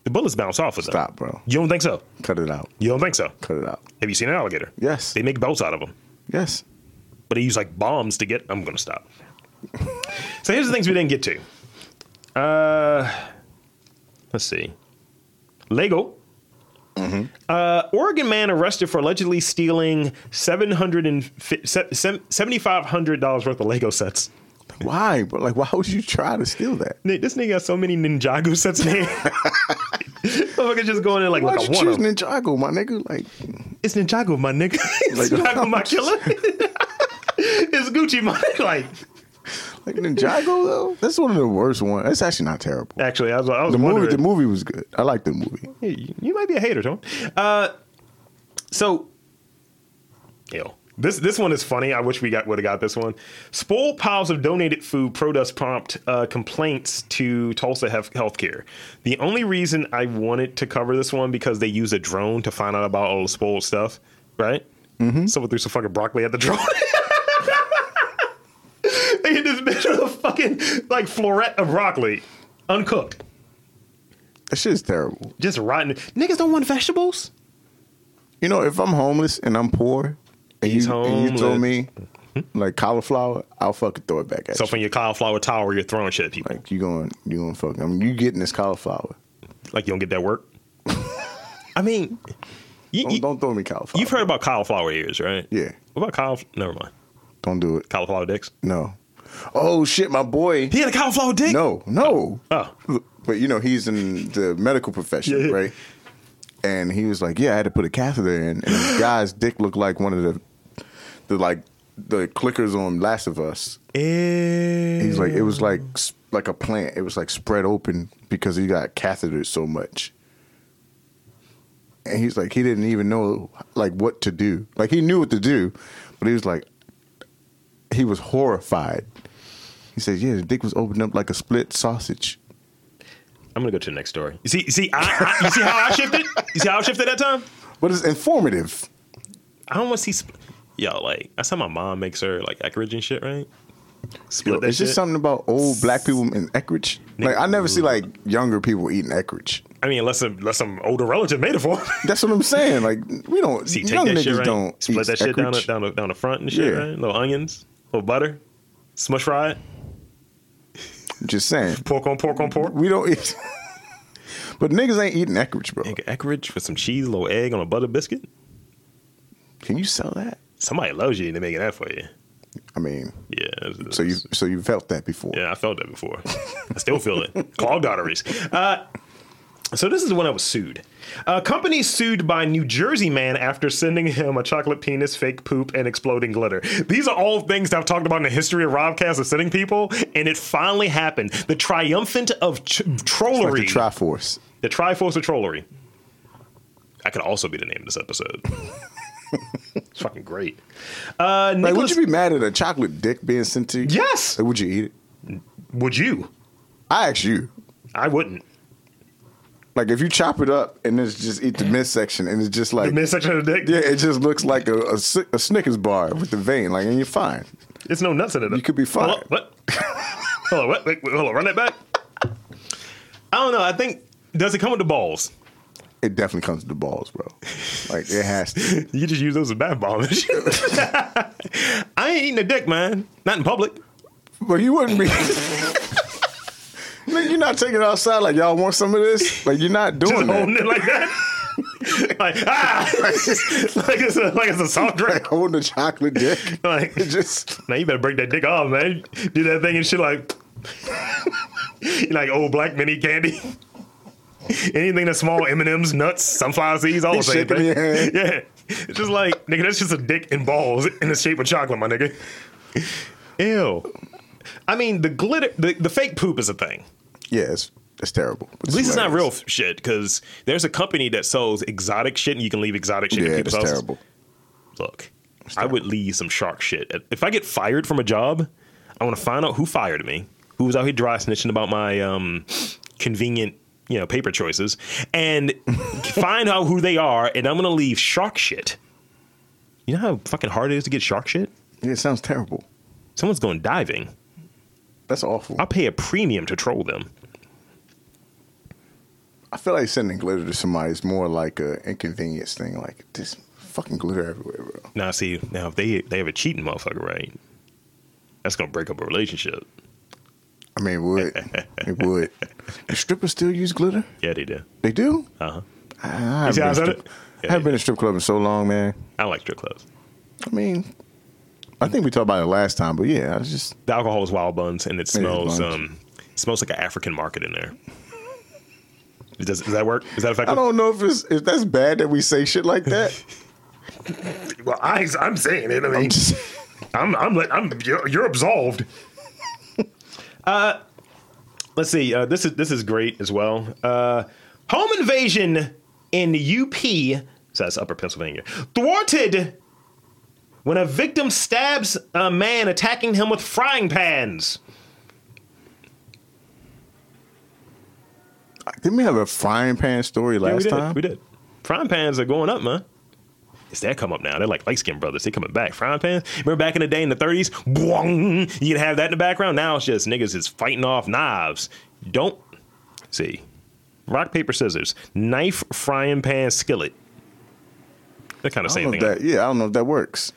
S1: the bullets bounce off of them.
S2: Stop, bro.
S1: You don't think so?
S2: Cut it out.
S1: You don't think so?
S2: Cut it out.
S1: Have you seen an alligator?
S2: Yes.
S1: They make boats out of them.
S2: Yes.
S1: but they use like bombs to get. I'm going to stop. so here's the things we didn't get to. Uh, let's see. Lego.
S2: Mm-hmm.
S1: Uh, Oregon man arrested for allegedly stealing seven hundred and seventy five hundred dollars worth of Lego sets.
S2: Why? But like, why would you try to steal that?
S1: Nick, This nigga got so many Ninjago sets in here. Motherfucker just going in like,
S2: Why'd
S1: look, I want
S2: you choose
S1: 'em.
S2: Ninjago, my nigga? Like,
S1: It's Ninjago, my nigga. it's
S2: Like-
S1: Ninjago, my killer. it's Gucci, my like.
S2: like Ninjago though. That's one of the worst ones. That's actually not terrible.
S1: Actually, I was, I was
S2: The movie,
S1: wondering-
S2: the movie was good. I like the movie.
S1: Hey, you- you might be a hater, Tone. Uh, so, ew. This this one is funny. I wish we got would have got this one. Spoiled piles of donated food produce prompt uh, complaints to Tulsa Health Healthcare. The only reason I wanted to cover this one because they use a drone to find out about all the spoiled stuff, right? Someone threw some fucking broccoli at the drone. they hit this bitch with a fucking like floret of broccoli, uncooked
S2: That shit's terrible.
S1: just rotten. Niggas don't want vegetables.
S2: You know, if I'm homeless and I'm poor, and,
S1: He's
S2: you, and you throw
S1: homeless. Hmm?
S2: me like cauliflower, I'll fucking throw it back at
S1: So
S2: you.
S1: from your cauliflower tower, you're throwing shit at people.
S2: Like you going, you going fucking. I mean, you getting this cauliflower?
S1: Like you don't get that work. I mean, You,
S2: Don't,
S1: you,
S2: don't throw me cauliflower.
S1: have heard about cauliflower ears, right?
S2: Yeah.
S1: What about cauliflower? Never mind.
S2: Don't do it.
S1: Cauliflower dicks.
S2: No. Oh shit, my boy.
S1: He had a cauliflower dick.
S2: No, no.
S1: Oh.
S2: But you know, he's in the medical profession,
S1: Yeah.
S2: right? And he was like, "Yeah, I had to put a catheter in." And the guy's dick looked like one of the, the like the clickers on Last of Us. He's like, it was like s- like a plant. It was like spread open because he got catheters so much. And he's like, he didn't even know like what to do. Like he knew what to do, but he was like, he was horrified. He says, "Yeah, the dick was opened up like a split sausage."
S1: I'm gonna go to the next story. You see, you see, I, I, you see how I shifted? You see how I shifted that time?
S2: But it's informative.
S1: I don't want to see. Sp- Yo, like that's how my mom makes her like acreage and shit, right? Split
S2: Yo,
S1: that
S2: it's
S1: shit.
S2: just something about old black people in Eckridge. Like I never see like younger people eating Eckridge.
S1: I mean, unless some, unless some older relative made it for. Him.
S2: That's what I'm saying. Like we don't.
S1: see, take
S2: young
S1: that
S2: niggas
S1: shit, right?
S2: don't
S1: Split
S2: eat
S1: that shit down the,
S2: Eckridge.
S1: down the, down the front and shit,
S2: Yeah.
S1: right? Little onions, little butter, smush fry it,
S2: Just saying.
S1: pork on pork on pork.
S2: We don't eat. but niggas ain't eating Eckridge, bro.
S1: Nigga, acreage with some cheese, little egg on a butter biscuit.
S2: Can you sell that?
S1: Somebody loves you and they're making that for you.
S2: I mean,
S1: Yeah. it's-
S2: so you so you felt that before.
S1: Yeah, I felt that before. I still feel it. Clogged arteries. Uh, so this is when I was sued. A company sued by New Jersey man after sending him a chocolate penis, fake poop, and exploding glitter. These are all things that I've talked about in the history of Robcast of sending people, and it finally happened. The triumphant of ch-
S2: Hmm. Like
S1: trollery.
S2: the Triforce.
S1: The Triforce of Trollery. That could also be the name of this episode. it's fucking great. Uh,
S2: Like, would
S1: Nicholas,
S2: you be mad at a chocolate dick being sent to you?
S1: Yes!
S2: Like, would you eat it?
S1: would you?
S2: I ask you.
S1: I wouldn't.
S2: Like, if you chop it up and it's just eat the midsection and it's just like,
S1: The midsection of the dick.
S2: yeah, it just looks like a, a, Sn- a Snickers bar with the vein, like, and you're fine.
S1: It's no nuts in it.
S2: You could be fine.
S1: Hold on, what? hold on, what? Wait, wait, hold on, run that back. I don't know. I think does it come with the balls?
S2: It definitely comes to the balls, bro. Like, it has to.
S1: You just use those as bath bombs. and shit. I ain't eating a dick, man. Not in public.
S2: But you wouldn't be. Like, you're not taking it outside like y'all want some of this. Like you're not
S1: Just
S2: doing that.
S1: holding it like that. like ah, like it's a, like it's a soft drink.
S2: holding a chocolate dick.
S1: Like
S2: It just
S1: now you better break that dick off, man. Do that thing and shit like you like old black mini candy. Anything that's small, M and M's, nuts, sunflower seeds, all the
S2: He's
S1: same
S2: shaking
S1: thing.
S2: your hand.
S1: Yeah, it's just like nigga, that's just a dick and balls in the shape of chocolate, my nigga. Ew. I mean, the glitter, the, the fake poop is a thing.
S2: yeah, it's, it's terrible.
S1: At least it's not real f- shit because there's a company that sells exotic shit and you can leave exotic shit.
S2: Yeah,
S1: in
S2: it's
S1: people's houses.
S2: terrible.
S1: Look, I would leave some shark shit. If I get fired from a job, I want to find out who fired me, who was out here dry snitching about my um, convenient, you know, paper choices, and find out who they are. And I'm gonna leave shark shit. You know how fucking hard it is to get shark shit.
S2: Yeah, it sounds terrible.
S1: Someone's going diving.
S2: That's awful.
S1: I'll pay a premium to troll them.
S2: I feel like sending glitter to somebody is more like a inconvenience thing. Like this fucking glitter everywhere, bro.
S1: Now, see, now if they they have a cheating motherfucker, right? That's gonna break up a relationship.
S2: I mean, it would it would? Do strippers still use glitter?
S1: Yeah, they do.
S2: They do.
S1: Uh huh.
S2: I, I haven't
S1: see how I said
S2: been strip-
S1: it?
S2: I haven't been to strip club in so long, man.
S1: I like strip clubs.
S2: I mean, I think we talked about it last time, but yeah, I was just
S1: The alcohol is wild buns, and it smells
S2: buns.
S1: um it smells like an African market in there. It Does, does that work? Is that
S2: I
S1: effective?
S2: don't know if it's if that's bad that we say shit like that.
S1: well, I, I'm saying it. I
S2: I'm just
S1: I'm I'm, let- I'm you're, you're absolved. uh, let's see. Uh, this is this is great as well. Uh, home invasion in UP, so that's Upper Pennsylvania, thwarted when a victim stabs a man attacking him with frying pans.
S2: Didn't we have a frying pan story
S1: Yeah,
S2: last
S1: we did.
S2: time?
S1: We did. Frying pans are going up, man. It's that come up now. They're like light skin brothers. They coming back. Frying pans. Remember back in the day in the 30s? Boing, you can have that in the background. Now it's just niggas is fighting off knives. Don't see. Rock, paper, scissors. Knife, frying pan, skillet. That kind of
S2: I
S1: same
S2: don't know
S1: thing.
S2: if that, yeah, I don't know if that works.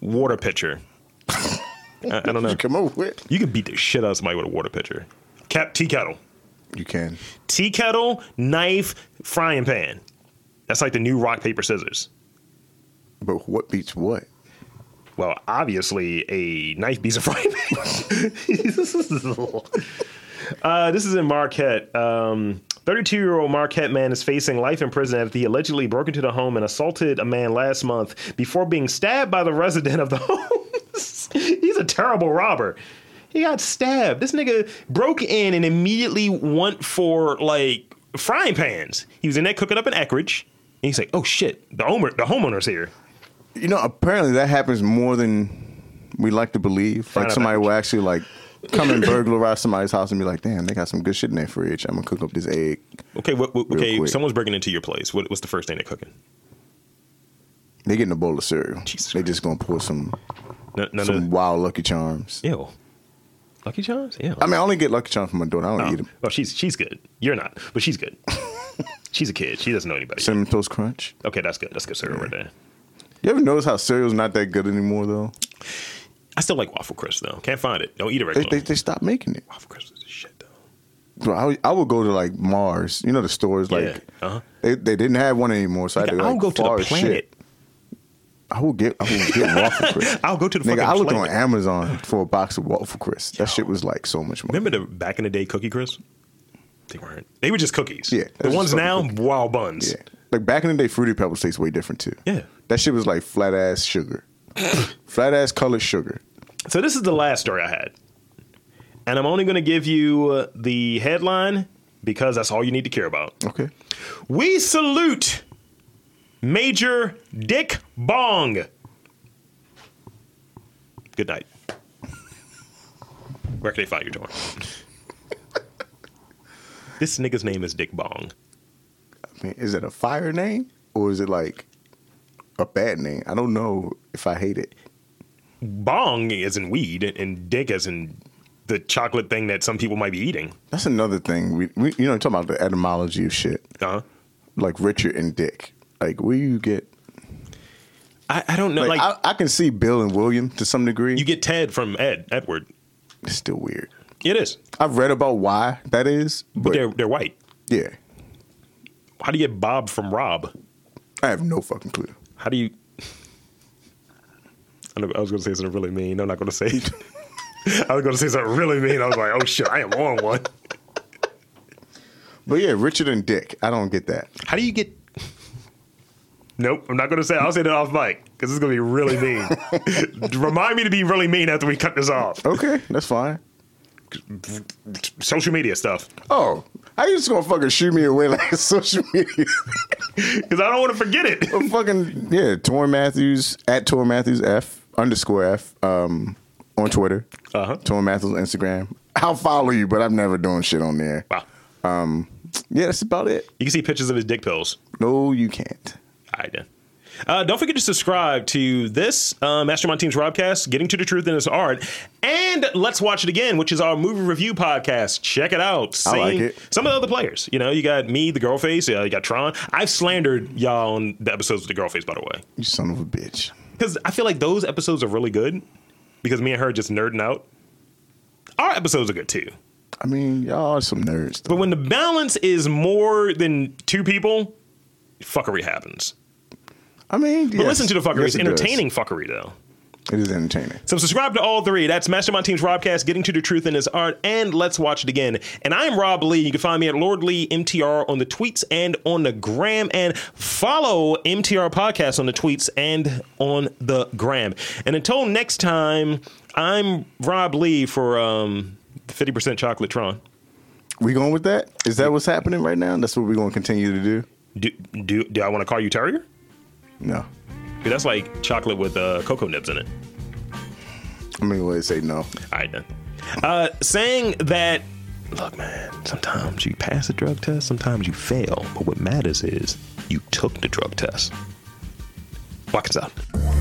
S1: Water pitcher. I, I don't know.
S2: You come up with
S1: You can beat the shit out of somebody with a water pitcher. Cap tea kettle.
S2: you can.
S1: Tea kettle, knife, frying pan. That's like the new rock paper scissors.
S2: But what beats what?
S1: Well, obviously, a knife beats a frying pan. uh, this is in Marquette. Um, 32-year-old Marquette man is facing life in prison after he allegedly broke into the home and assaulted a man last month before being stabbed by the resident of the home. He's a terrible robber. He got stabbed. This nigga broke in and immediately went for like frying pans. He was in there cooking up an Eckridge, and he's like, "Oh shit, the owner, the homeowner's here."
S2: You know, apparently that happens more than we like to believe. Like
S1: Fine,
S2: somebody
S1: thanks.
S2: will actually like come and burglarize somebody's house and be like, "Damn, they got some good shit in their fridge. I'm gonna cook up this egg."
S1: Okay, what, what,
S2: Real
S1: okay.
S2: quick.
S1: Someone's breaking into your place. What, what's the first thing they're cooking?
S2: They getting a bowl of cereal.
S1: Jesus
S2: they
S1: Christ.
S2: just gonna pour some
S1: No, no,
S2: some
S1: no.
S2: wild Lucky Charms.
S1: Ew. Lucky Charms. Ew.
S2: I mean, I only get Lucky Charms from my daughter. I don't eat them.
S1: Oh, she's she's good. You're not, but she's good. she's a kid. She doesn't know anybody.
S2: Cinnamon Toast Crunch.
S1: okay, that's good. That's good cereal right there.
S2: You ever notice how cereal's not that good anymore though?
S1: I still like waffle crisp though. Can't find it. Don't eat it
S2: They
S1: regular.
S2: they, they stopped making it.
S1: waffle crisp is shit though.
S2: Bro, I, would- I would go to like Mars. You know the stores like
S1: Yeah, uh-huh.
S2: they, they didn't have one anymore. So I had to, like,
S1: I'll go to
S2: far
S1: the
S2: as shit.
S1: planet.
S2: I will get I will get waffle crisp.
S1: I'll go to the
S2: Nigga,
S1: fucking
S2: I looked
S1: planet.
S2: on Amazon for a box of waffle crisp. That shit was like so much money.
S1: Remember the back in the day cookie crisp? They weren't. They were just cookies.
S2: Yeah,
S1: The
S2: that's
S1: ones
S2: just
S1: now, wow buns.
S2: Yeah. Like back in the day, fruity pebbles tastes way different too.
S1: Yeah.
S2: That shit was like flat ass sugar. flat ass colored sugar.
S1: So this is the last story I had, and I'm only going to give you uh, the headline because that's all you need to care about.
S2: Okay.
S1: We salute Major Dick Bong. Good night. Where can they find you, Torn? this nigga's name is Dick Bong.
S2: I mean, is it a fire name? Or is it like a bad name? I don't know if I hate it.
S1: Bong is in weed, and Dick is in the chocolate thing that some people might be eating.
S2: That's another thing. We, we you know talking about the etymology of shit.
S1: Huh?
S2: Like Richard and Dick. Like where you get
S1: I, I don't know.
S2: like,
S1: Like,
S2: I, I can see Bill and William to some degree.
S1: you get Ted from Ed Edward.
S2: it's still weird.
S1: It is,
S2: I've read about why that is,
S1: but
S2: but,
S1: they're they're white.
S2: yeah,
S1: How do you get Bob from Rob?
S2: I have no fucking clue.
S1: How do you? I, know, I was going to say something really mean. I'm not going to say it. I was going to say something really mean. I was like, oh shit, I am on one.
S2: But yeah, Richard and Dick. I don't get that.
S1: How do you get? Nope, I'm not going to say. it. I'll say that off mic because it's going to be really mean. Remind me to be really mean after we cut this off.
S2: Okay, that's fine.
S1: Social media stuff
S2: Oh, how you just gonna fucking shoot me away like social media?
S1: because I don't want to forget it.
S2: I'm fucking yeah, Tor Matthews at Tor Matthews F underscore F um on Twitter.
S1: Uh-huh.
S2: Tor Matthews on Instagram. I'll follow you, but I'm never doing shit on there.
S1: Wow,
S2: Um, Yeah, that's about it.
S1: you can see pictures of his dick pills.
S2: No, you can't.
S1: I did. Uh, don't forget to subscribe to this uh, Mastermind Team's Robcast, Getting to the Truth in Its Art, and Let's Watch It Again, which is our movie review podcast. Check it out.
S2: I like
S1: Seeing
S2: it.
S1: Some of the other players. You know, you got me, the Girlface, uh, you got Tron. I've slandered y'all on the episodes with the Girlface, by the way,
S2: You son of a bitch.
S1: because I feel like those episodes are really good because me and her just nerding out. Our episodes are good too.
S2: I mean, y'all are some nerds.
S1: But
S2: Though.
S1: when the balance is more than two people, fuckery happens.
S2: I mean,
S1: But listen to the fuckery.
S2: Yes,
S1: it's
S2: it does.
S1: entertaining fuckery, though.
S2: It is entertaining.
S1: So subscribe to all three. That's Mastermind Team's Robcast, Getting to the Truth in His Art, and Let's Watch It Again. And I am Rob Lee. You can find me at Lord Lee MTR on the tweets and on the gram, and follow MTR Podcast on the tweets and on the gram. And until next time, I'm Rob Lee for um, 50% Chocolate Tron.
S2: We going with that? Is that what's happening right now? That's what we're going to continue to do?
S1: Do, do, do I want to call you Terrier?
S2: No.
S1: 'Cause That's like chocolate with uh, cocoa nibs in it.
S2: I'm going to say no.
S1: All right, done. Uh, saying that, look, man, sometimes you pass the drug test, sometimes you fail, but what matters is you took the drug test. Walk us out.